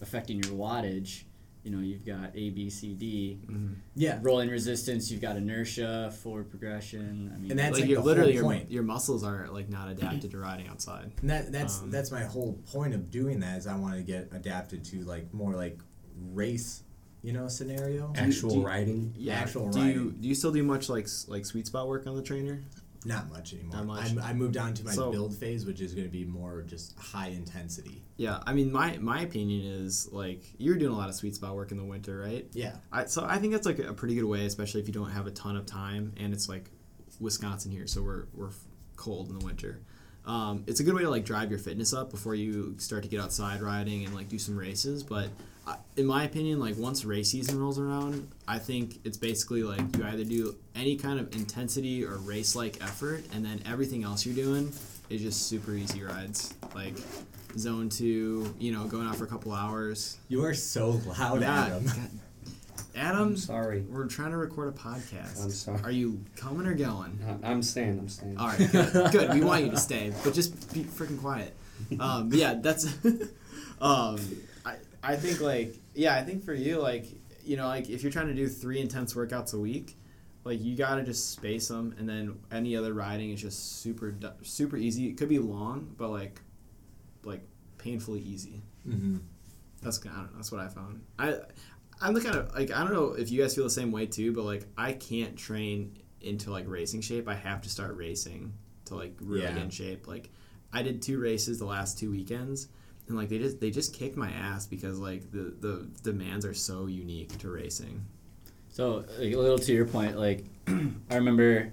affecting your wattage. You know, you've got A, B, C, D.
Mm-hmm.
Yeah.
Rolling resistance, you've got inertia, forward progression. I mean,
And that's
Like,
like,
you're
the
literally
whole
your,
point.
your muscles are like not adapted to riding outside.
And that that's
Um,
that's my whole point of doing that is I want to get adapted to like more like race, you know, scenario.
Actual
do you-
writing.
Yeah.
Actual
do you
riding.
do you still do much like s- like sweet spot work on the trainer?
Not much anymore.
Not much.
I'm- I, moved on to my
So-
build phase, which is going to be more just high intensity.
Yeah, I mean, my my opinion is like you're doing a lot of sweet spot work in the winter, right?
Yeah.
I, so I think that's like a pretty good way, especially if you don't have a ton of time, and it's like Wisconsin here, so we're we're cold in the winter. Um, it's a good way to like drive your fitness up before you start to get outside riding and like do some races. But I, in my opinion, like once race season rolls around, I think it's basically like you either do any kind of intensity or race like effort, and then everything else you're doing is just super easy rides, like zone two, you know, going out for a couple hours.
You are so loud,
Yeah.
Adam. <laughs>
Adam,
Sorry.
we're trying to record a podcast.
I'm sorry.
Are you coming or going?
I- I'm staying. I'm staying.
All right,
<laughs>
good. good. We want you to stay, but just be freaking quiet. Um, but yeah, that's. <laughs> um, I I think like yeah, I think for you like you know like if you're trying to do three intense workouts a week, like you gotta just space them, and then any other riding is just super du- super easy. It could be long, but like, like painfully easy.
hmm
That's I don't know. That's what I found. I I'm the kind of like I don't know if you guys feel the same way too, but like I can't train into like racing shape. I have to start racing to like really
Yeah.
get in shape. Like I did two races the last two weekends, and like they just they just kicked my ass because like the the demands are so unique to racing.
So like, a little to your point, like <clears throat> I remember,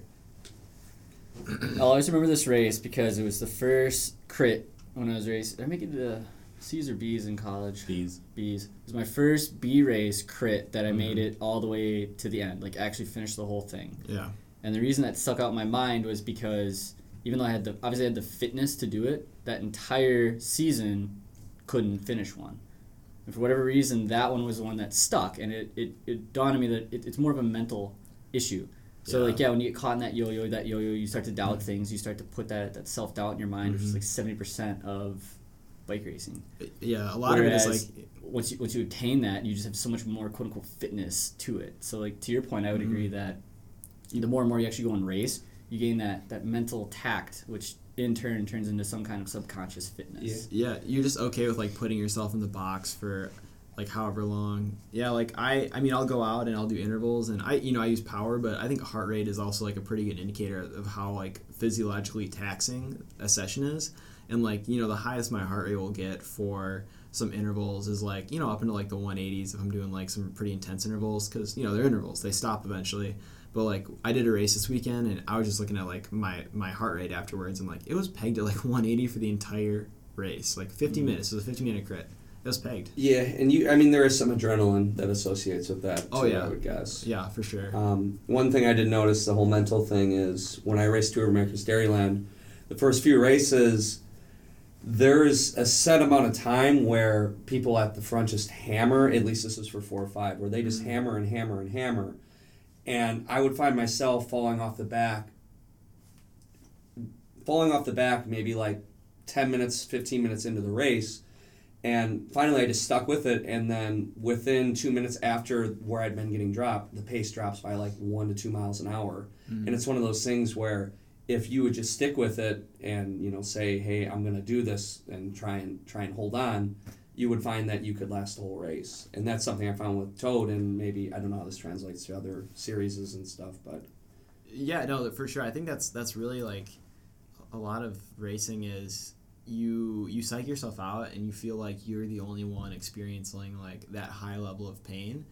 I always remember this race because it was the first crit when I was racing. Did I make it to the C's or B's in college?
Bees.
B's. It was my first B race crit that I made it all the way to the end, like actually finished the whole thing.
Yeah.
And the reason that stuck out in my mind was because even though I had the obviously I had the fitness to do it, that entire season couldn't finish one. And for whatever reason, that one was the one that stuck, and it, it, it dawned on me that it, it's more of a mental issue. So
Yeah.
like yeah, when you get caught in that yo-yo, that yo-yo, you start to doubt things. You start to put that, that self-doubt in your mind, which is like seventy percent of bike racing
Yeah. A lot of it
Whereas
is like
once you once you obtain that, you just have so much more quote unquote fitness to it. So like to your point, I would agree
Mm-hmm.
that the more and more you actually go and race, you gain that that mental tact, which in turn turns into some kind of subconscious fitness.
yeah you're just okay with like putting yourself in the box for like however long yeah like i i mean i'll go out and i'll do intervals and i you know i use power but i think heart rate is also like a pretty good indicator of how like physiologically taxing a session is and like you know the highest my heart rate will get for some intervals is like you know up into like the 180s if i'm doing like some pretty intense intervals because you know they're intervals they stop eventually but like i did a race this weekend and i was just looking at like my my heart rate afterwards and like it was pegged at like 180 for the entire race like 50 minutes it was a 50 minute crit it was pegged
Yeah, and you. I mean, there is some adrenaline that associates with that.
Oh,
too,
yeah.
I would guess.
yeah for sure
Um, one thing I did notice the whole mental thing is when I raced Tour of America's Dairyland, the first few races, there's a set amount of time where people at the front just hammer. At least this was for four or five, where they just hammer and hammer and hammer, and I would find myself falling off the back, falling off the back maybe like ten minutes, fifteen minutes into the race. And finally, I just stuck with it. And then within two minutes after where I'd been getting dropped, the pace drops by like one to two miles an hour. And it's one of those things where if you would just stick with it and you know say, hey, I'm gonna do this and try and try and hold on, you would find that you could last the whole race. And that's something I found with Toad. And maybe I don't know how this translates to other series and stuff, but
yeah no for sure i think that's that's really like a lot of racing is you you psych yourself out and you feel like you're the only one experiencing like that high level of pain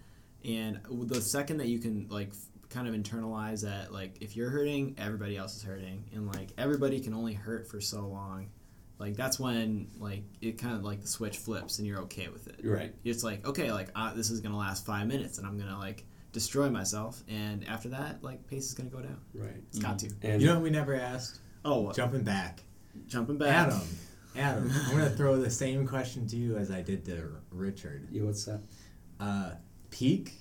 and the second that you can like f- kind of internalize that like if you're hurting everybody else is hurting and like everybody can only hurt for so long like that's when like it kind of like the switch flips and you're okay with it
you're right.
it's like okay like uh, this is gonna last five minutes and i'm gonna like destroy myself and after that like pace is gonna go down
Right.
it's got to
And
You know what we never asked?
oh
Jumping back.
jumping back
Adam. Adam, I'm gonna throw the same question to you as I did to R- Richard.
you know what's that?
Uh, peak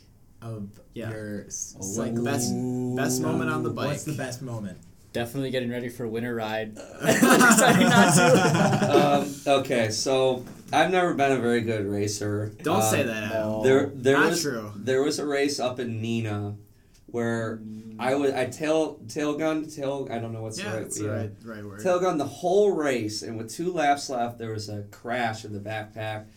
of
Yeah.
your s-
It's like
cycle.
best best moment on the bike
What's the best moment?
Definitely getting ready for a winter
<laughs>
ride. Deciding not to. <laughs>
um, okay, so I've never been a very good racer.
don't
Um,
say that Adam.
no.
There, there
Not
was
true.
there was a race up in Nina, where I was I tail tail gun tail I don't know what's
yeah
the right
that's the
yeah.
right, right word
tail gun the whole race and with two laps left there was a crash in the backpack,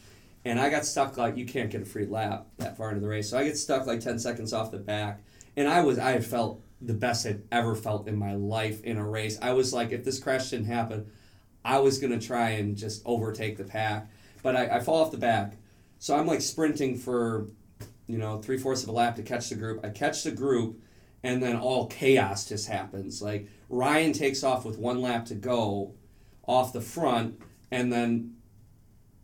and I got stuck like you can't get a free lap that far into the race so I get stuck like ten seconds off the back and I was I felt the best I'd ever felt in my life in a race I was like if this crash didn't happen I was gonna try and just overtake the pack, but I, I fall off the back. So I'm like sprinting for, you know, three fourths of a lap to catch the group. I catch the group, and then all chaos just happens. Like Ryan takes off with one lap to go, off the front, and then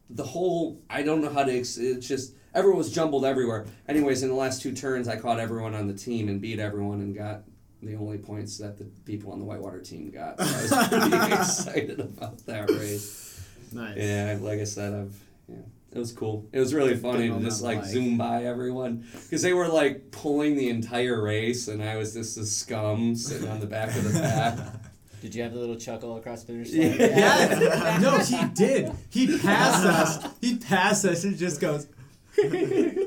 the whole I don't know how to. Ex- it's just everyone was jumbled everywhere. Anyways, in the last two turns, I caught everyone on the team and beat everyone and got. The only points that the people on the whitewater team got. So I was pretty <laughs> excited about that race.
nice
Yeah, like I said, I've yeah, it was cool. It was really funny to
moment
just
of
like
life.
zoom by everyone because they were like pulling the entire race, and I was just a scum sitting on the back of the pack.
<laughs>
<laughs>
Did you have the little chuckle across the finish
Yeah.
line?
Yeah.
<laughs>
<laughs> no, he did. He passed us. He passed us and just goes,
oh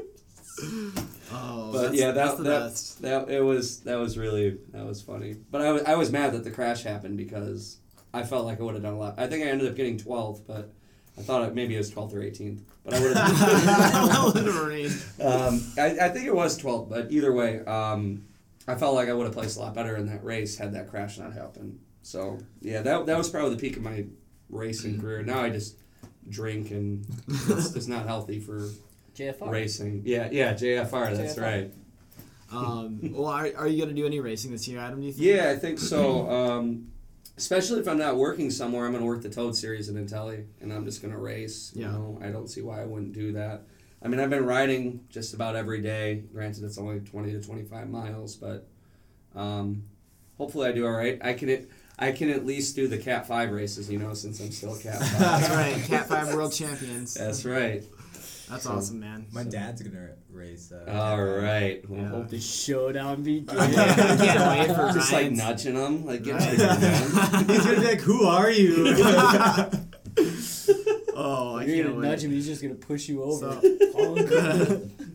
But
that's,
yeah, that
that's the
that, <laughs>
best <laughs>
that it was that was really that was funny. But I was I was mad that the crash happened because I felt like I would have done a lot. I think I ended up getting twelfth, but. I thought it, maybe it was 12th or 18th, but I would
<laughs>
<laughs> have.
Wolverine.
Um, I, I think it was 12, but either way, um, I felt like I would have placed a lot better in that race had that crash not happened. So, yeah, that, that was probably the peak of my racing career. Now I just drink and it's, it's not healthy for
JFR.
racing. Yeah, yeah, JFR, that's
JFR.
right.
um well are, are you gonna do any racing this year adam do you think
Yeah, I think so. Um, especially if I'm not working somewhere, I'm going to work the Toad series in Intelli, and I'm just going to race. You
Yeah.
know, I don't see why I wouldn't do that. I mean, I've been riding just about every day. Granted, it's only 20 to 25 miles, but um, hopefully I do all right. I can at, I can at least do the Cat 5 races, you know, since I'm
<laughs>
still Cat 5.
That's
<laughs>
right. Cat Five World Champions.
That's right.
That's awesome, man.
My dad's gonna race. Uh,
All
<laughs>
right. Well,
Yeah.
hope-
The showdown begins.
<laughs> I
<laughs>
can't wait for
just like
Ryan's-
nudging them, like
<laughs>
get
Right.
rid of them.
He's gonna be like, "Who are you?" <laughs>
Oh, I
You're
can't
gonna nudge
wait.
him. He's just gonna push you over.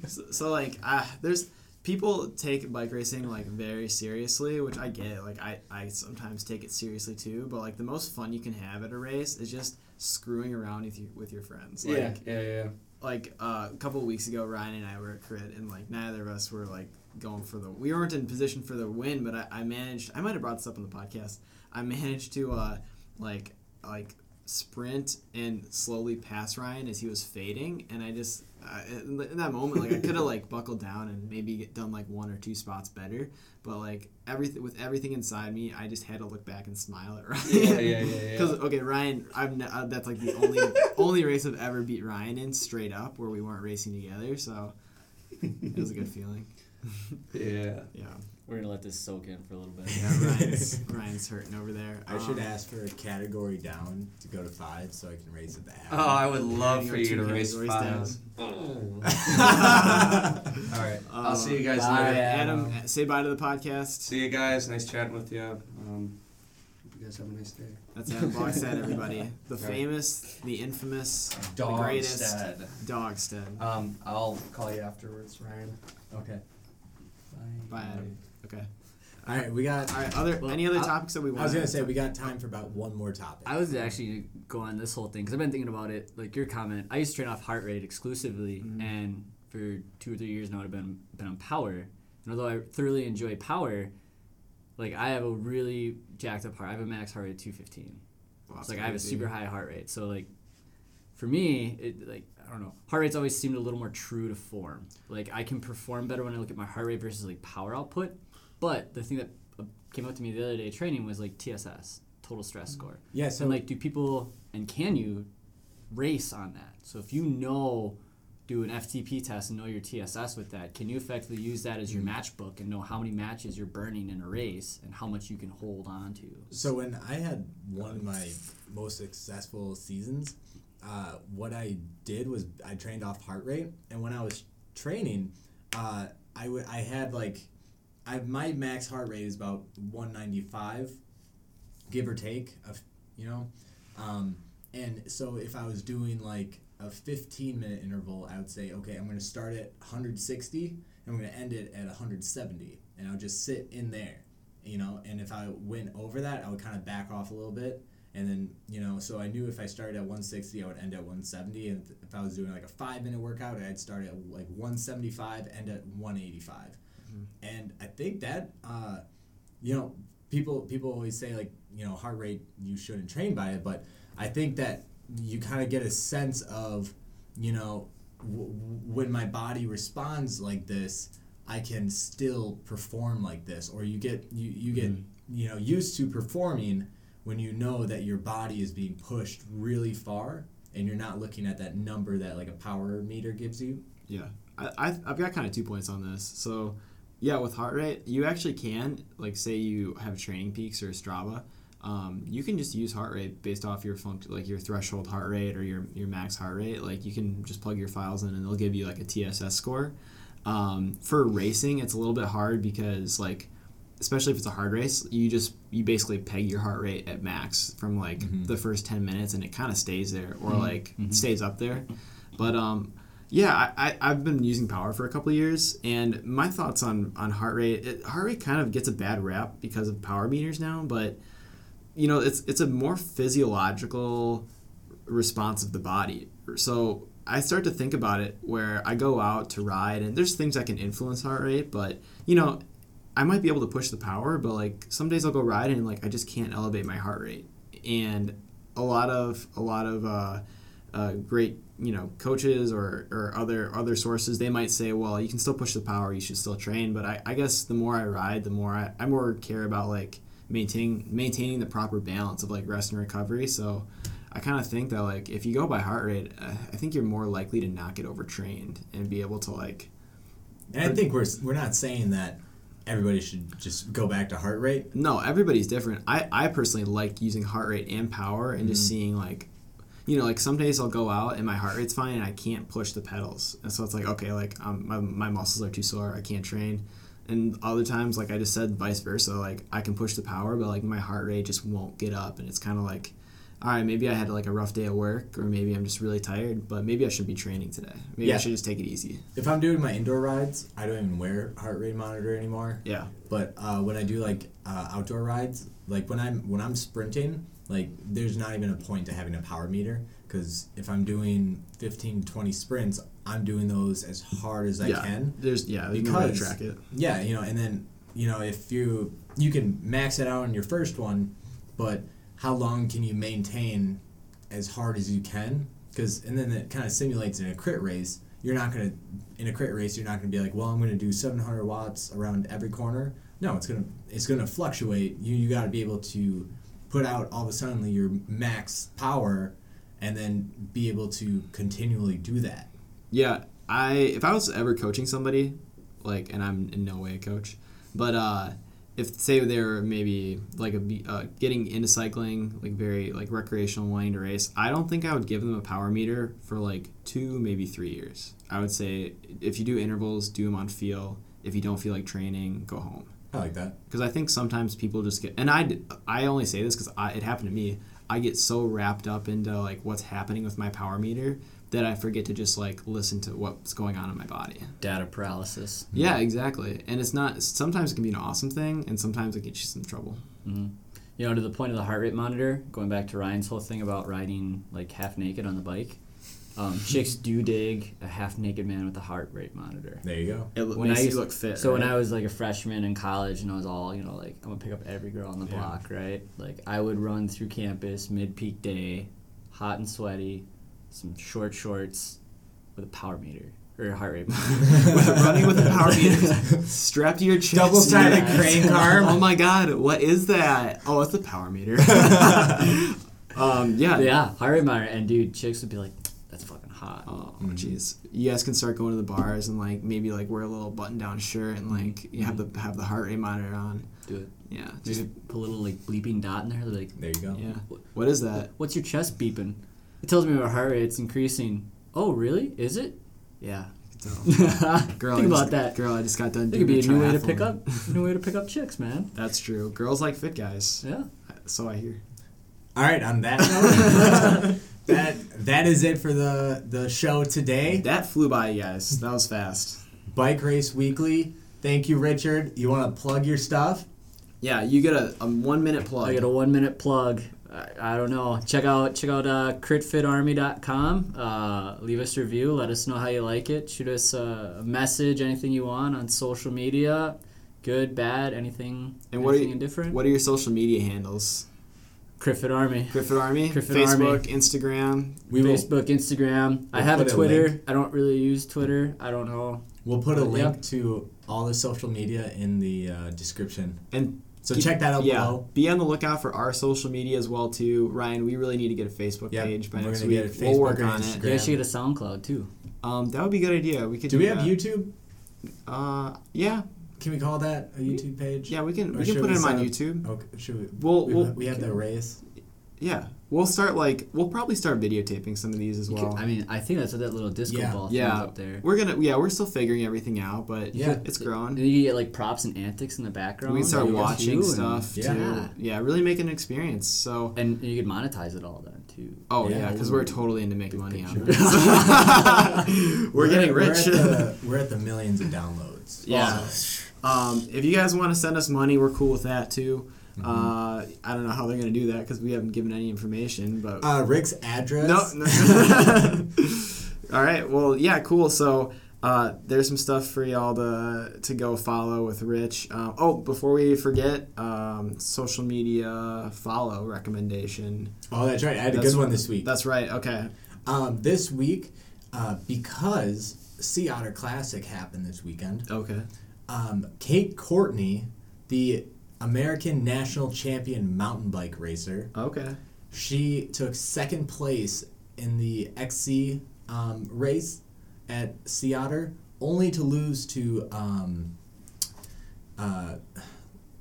so, so, like, uh, there's people take bike racing like very seriously, which I get. Like, I I sometimes take it seriously too. But like, the most fun you can have at a race is just screwing around with you with your friends. Like,
yeah, yeah, yeah.
like uh, a couple of weeks ago, Ryan and I were at crit, and like neither of us were like going for the. We weren't in position for the win, but I, I managed. I might have brought this up on the podcast. I managed to uh, like like sprint and slowly pass Ryan as he was fading, and I just uh, in in that moment like I
<laughs>
could have like buckled down and maybe get done like one or two spots better, but like everything with everything inside me, I just had to look back and smile at <laughs> Ryan.
Yeah, yeah, yeah, yeah.
Because okay, Ryan, I'm n- uh, that's like the
<laughs>
only only race I've ever beat Ryan in straight up where we weren't racing together. So it was a good feeling.
Yeah.
Yeah,
<laughs> We're gonna let this soak in for a little bit.
yeah.
<laughs>
Ryan's Ryan's hurting over there.
I should
Um,
ask for a category down to go to five, so I can race at the half.
Oh, I would love
Yeah,
for
you
you to
got two
race
categories
fives. <laughs>
<laughs>
All right. I'll
Um,
see you guys
bye,
later. Um,
Adam, uh, say bye to the podcast.
See you guys. Nice chatting with you. Um, hope you guys have a nice day.
That's Adam Blockstead, everybody. The
Right.
famous, the infamous, the greatest Dogstead.
Um, I'll call you afterwards, Ryan.
Okay.
Bye, Adam. Okay.
All right, we got.
All right. Other
Well,
any other
I-
topics that we want?
I was gonna say we got time for about one more topic.
I was actually gonna go on this whole thing because I've been thinking about it. Like your comment, I used to train off heart rate exclusively, and for two or three years now, I've been been on power. And although I thoroughly enjoy power, like I have a really jacked up heart. I have a max heart rate of two fifteen. It's like I have a super high heart rate. So like for me, it like I don't know. Heart rates always seemed a little more true to form. Like I can perform better when I look at my heart rate versus like power output. But the thing that uh, came up to me the other day training was like TSS, total stress score.
Yeah, so-
and like do people and can you race on that? So if you know do an FTP test and know your TSS with that, can you effectively use that as your matchbook and know how many matches you're burning in a race and how much you can hold on to?
So when I had one of my most successful seasons, uh, what I did was I trained off heart rate, and when I was training, uh, I would I had like, I my max heart rate is about one ninety five, give or take, of you know, um, and so if I was doing like a fifteen minute interval, I would say okay, I'm gonna start at one hundred sixty, and I'm gonna end it at one hundred seventy, and I'll just sit in there you know and if i went over that i would kind of back off a little bit and then you know so i knew if i started at 160 i would end at 170 and if i was doing like a five minute workout i'd start at like 175 end at 185 and i think that uh, you know people people always say like you know heart rate you shouldn't train by it but i think that you kind of get a sense of you know w- w- when my body responds like this i can still perform like this or you get you, you get you know used to performing when you know that your body is being pushed really far and you're not looking at that number that like a power meter gives you
Yeah, I, I I've got kind of two points on this. So, yeah, with heart rate, you actually can like say you have training peaks or Strava, um, you can just use heart rate based off your func- like your threshold heart rate or your your max heart rate. Like you can just plug your files in and they'll give you like a TSS score. Um, for racing, it's a little bit hard because like especially if it's a hard race, you just you basically peg your heart rate at max from like the first ten minutes, and it kind of stays there or like stays up there. But um, yeah, I, I I've been using power for a couple of years, and my thoughts on on heart rate. It, heart rate kind of gets a bad rap because of power meters now, but you know it's it's a more physiological response of the body so i start to think about it where i go out to ride and there's things that can influence heart rate but you know i might be able to push the power but like some days i'll go ride and like i just can't elevate my heart rate and a lot of a lot of uh, uh, great you know coaches or, or other other sources they might say well you can still push the power you should still train but i, I guess the more i ride the more I, I more care about like maintaining maintaining the proper balance of like rest and recovery. So I kind of think that like if you go by heart rate, I I think you're more likely to not get overtrained and be able to like
And I think we're we're not saying that everybody should just go back to heart rate.
no everybody's different i i personally like using heart rate and power and
Mm.
just seeing like you know like some days i'll go out and my heart rate's fine and i can't push the pedals and so it's like okay like um, my, my muscles are too sore i can't train and other times like i just said vice versa like i can push the power but like my heart rate just won't get up and it's kind of like all right maybe i had like a rough day at work or maybe i'm just really tired but maybe i should be training today maybe i
Yeah.
should just take it easy
If I'm doing my indoor rides, I don't even wear heart rate monitor anymore.
yeah
But uh, when I do like uh, outdoor rides, like when I'm when I'm sprinting, like there's not even a point to having a power meter because if I'm doing 15 20 sprints, I'm doing those as hard as I
yeah
can.
there's yeah you can really
Because-
track it
Yeah, you know, and then you know if you you can max it out on your first one, but how long can you maintain as hard as you can? Because and then it kind of simulates in a crit race. You're not gonna in a crit race. You're not gonna be like, well, I'm gonna do 700 watts around every corner. No, it's gonna it's gonna fluctuate. You you gotta be able to put out all of a sudden your max power, and then be able to continually do that.
Yeah, I if I was ever coaching somebody, like, and I'm in no way a coach, but uh, if say they're maybe like a be- uh, getting into cycling, like very like recreational, wanting to race, I don't think I would give them a power meter for like two, maybe three years. I would say if you do intervals, do them on feel. If you don't feel like training, go home
I like that.
because I think sometimes people just get and I d- I only say this because it happened to me. I get so wrapped up into like what's happening with my power meter that I forget to just like listen to what's going on in my body.
Data paralysis.
Yeah, exactly. And it's not sometimes it can be an awesome thing, and sometimes it gets you some trouble.
You know, to the point of the heart rate monitor, going back to Ryan's whole thing about riding like half naked on the bike, um, <laughs> chicks do dig a half naked man with a heart rate monitor.
There you go.
It
When
makes
I
you
used-
look fit.
So when
right?
I was like a freshman in college and I was all, you know, like I'm gonna pick up every girl on the block, right? Like I would run through campus mid peak day, hot and sweaty, some short shorts with a power meter or a heart
<laughs>
rate monitor. <laughs>
running <laughs> with a <laughs>
<laughs>
power meter strapped to your chest,
Double-sided crane arm.
Oh my god, what is that? Oh, it's a power <laughs> meter.
<laughs>
um, yeah,
yeah, heart rate monitor. And dude, chicks would be like, that's fucking hot.
Oh jeez, you guys can start going to the bars and like maybe like wear a little button-down shirt and like you have the have the heart rate monitor on.
Mm-hmm. Do it.
Yeah, just
Just put a little like bleeping dot in there. They're like,
There you go.
yeah. What is that?
What's your chest beeping? It tells me my heart rate's increasing. Oh, really? Is it? <laughs> Yeah.
Girl, I
Think about
just,
that.
Girl, I just got done.
It could be a
doing
new way to pick
triathlon.
up, new way to
<laughs>
pick up chicks, man.
That's true. Girls like fit guys.
Yeah.
So I hear.
All right, on that note, that that is it for the the show today.
That flew by, you guys. That was fast.
Bike Race Weekly. Thank you, Richard. You want to plug your stuff?
Yeah, you get a, a one-minute plug.
I got a one minute plug. I, I don't know. Check out check out uh, critfitarmy.com. Uh, leave us a review. Let us know how you like it. Shoot us a message, anything you want on social media, good, bad, anything,
and what are
anything
you,
indifferent.
What are your social media
<laughs>
handles?
Critfit Army.
Griffith Army,
Griffith
Facebook,
Army.
Instagram.
We will
Facebook, Instagram. I
We'll
have a
put a
Twitter. I don't really use Twitter. I don't know.
we'll put a
Yeah.
link to all the social media in the uh, description.
And
So
Keep-
check that out
yeah,
below.
be on the lookout for our social media as well too. Ryan, we really need to get a Facebook
Yep,
page by
we're
next
gonna
week.
get a
we'll
Facebook
work
and
on
Instagram.
it.
They actually get a SoundCloud too.
Um, that would be a good idea. We could
Do we have
that.
YouTube?
Uh, yeah,
Can we call that a YouTube page?
yeah, we can.
Or
We
should
can put
we
them on
set up-
YouTube.
Okay. Should we?
We'll-
we,
we'll-
we
<laughs>
have the race.
Yeah, we'll start like we'll probably start videotaping some of these as
You
well.
could- I mean, I think that's what that little disco
Yeah.
ball thing is
yeah,
up there.
we're gonna. Yeah, we're still figuring everything out, but
Yeah.
<laughs> it's
And
growing.
you get like props and antics in the background.
We can start
that you get to
watching
and-
stuff
yeah.
too. Yeah, really make an experience. So,
And you could monetize it all then too.
oh
Yeah.
yeah, because we're totally into making money on this. <laughs> we're,
at-
getting rich.
We're
<laughs>
at, the, we're at the millions of downloads.
Yeah. Um, if you guys want to send us money, we're cool with that too. Uh, I don't know how they're gonna do that because we haven't given any information. But
Uh, Rick's address.
no, no. <laughs> all right. Well, yeah, cool. So uh, there's some stuff for y'all to to go follow with Rich. Um, oh, before we forget, um, social media follow recommendation.
<laughs> Oh, that's right. I had a
That's-
good one this week.
That's right. Okay.
Um, this week, uh, because Sea Otter Classic happened this weekend,
Okay.
um, Kate Courtney, the American national champion mountain bike racer.
Okay.
She took second place in the XC um, race at Sea Otter, only to lose to um, uh,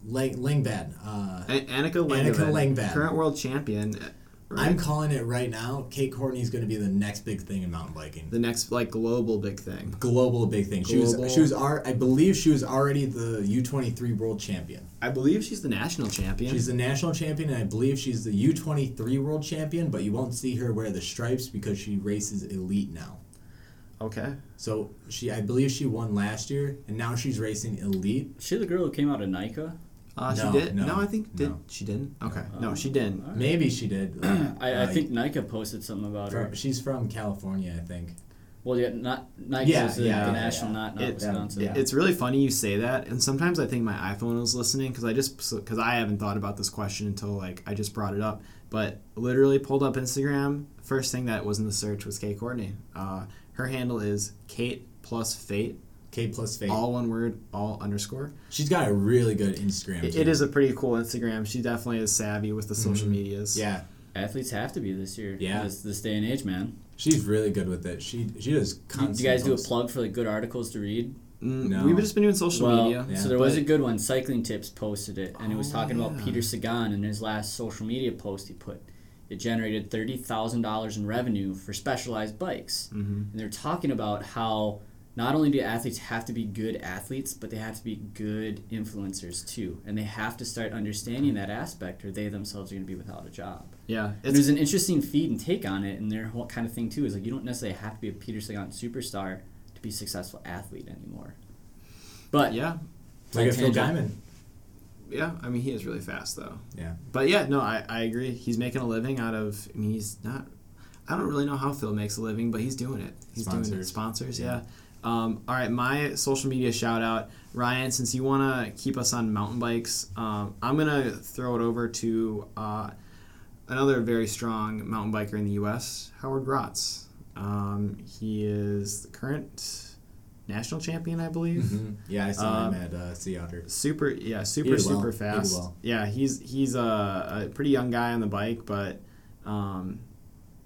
Lang- Langbad. Uh,
A- Annika Langvad,
Annika Langvad.
current world champion. uh, right?
I'm calling it right now. Kate Courtney's going to be the next big thing in mountain biking.
the next like global big thing.
global big thing. She
Global.
was she was al- I believe she was already the U23 world champion.
I believe she's the national champion.
She's the national champion and I believe she's the U23 world champion, but you won't see her wear the stripes because she races elite now.
okay.
So she I believe she won last year and now she's racing elite.
She the girl who came out of Nika.
Uh,
No,
she did. No,
no,
I think did
no.
she didn't. Okay. no, she didn't.
All right.
Maybe
<clears throat>
she did.
I, I
Uh,
think Nika posted something about her.
from, she's from California, I think.
Well, yeah, not Nike
Yeah,
is the,
yeah, yeah,
the national,
yeah. um,
not not
It- um,
Wisconsin.
yeah.
It's really funny you say that, and sometimes I think my iPhone is listening because I just because I haven't thought about this question until like I just brought it up. But literally pulled up Instagram. First thing that was in the search was Kate Courtney. Uh, her handle is Kate plus Fate,
Kate plus Faith.
all one word, all underscore.
she's got a really good Instagram.
It,
too.
it is a pretty cool Instagram. She definitely is savvy with the social medias.
Mm-hmm. Yeah.
Athletes have to be this year.
Yeah.
This, this day and age, man.
She's really good with it. She she does
Do,
constant
you guys do a
posts.
plug for like good articles to read?
Mm,
No.
We've just been doing social
well,
media.
yeah.
so there was
but-
a good one. Cycling Tips posted it, and it was
Oh,
talking about
yeah.
Peter Sagan and his last social media post he put. It generated thirty thousand dollars in revenue for specialized bikes,
Mhm.
and they're talking about how not only do athletes have to be good athletes, but they have to be good influencers too, and they have to start understanding that aspect, or they themselves are going to be without a job.
Yeah,
And
it's
there's an interesting feed and take on it, and their whole kind of thing too is like you don't necessarily have to be a Peter Sagan superstar to be a successful athlete anymore. But
yeah,
like a Phil
Tangent.
Diamond.
yeah. I mean, he is really fast though.
Yeah.
But yeah, no, I, I agree. He's making a living out of. I mean, he's not. I don't really know how Phil makes a living, but he's doing it. He's doing it.
Sponsors.
Sponsors, yeah.
Yeah.
Um, all right, my social media shout out, Ryan. Since you want to keep us on mountain bikes, um, I'm gonna throw it over to uh, another very strong mountain biker in the U.S., Howard Rotz. Um, he is the current national champion, I believe
hmm Yeah, I saw
Um,
him at uh, Sea Otter.
super yeah super
well.
super
He did
fast
well.
yeah he's he's a, a pretty young guy on the bike but um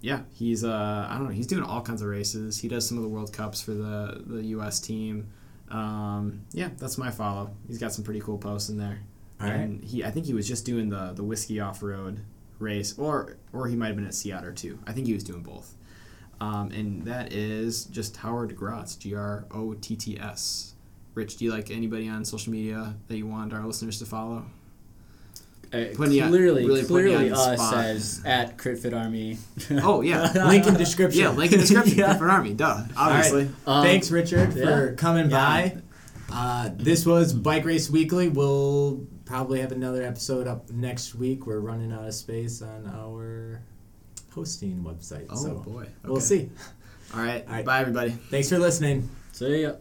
yeah he's uh i don't know he's doing all kinds of races he does some of the world cups for the the us team um yeah that's my follow he's got some pretty cool posts in there
All right.
and he i think he was just doing the the whiskey off-road race or or he might have been at sea otter too i think he was doing both um, and that is just Howard Grotz, G R O T T S. Rich, do you like anybody on social media that you want our listeners to
<laughs>
follow?
uh,
Putting you on-
clearly,
really putting you on
clearly,
the
us
spot.
as at CritFit Army.
Oh yeah,
<laughs> Link in description.
yeah. Link in the
<laughs>
description.
Yeah.
Different army, duh. Obviously.
<laughs> Um,
Thanks, Richard,
yeah.
for coming
Yeah.
by. Uh, this was Bike Race Weekly. We'll probably have another episode up next week. We're running out of space on our hosting website.
Oh
so
boy.
we'll
Okay.
see.
All right.
All right.
Bye everybody.
Thanks for listening.
See ya.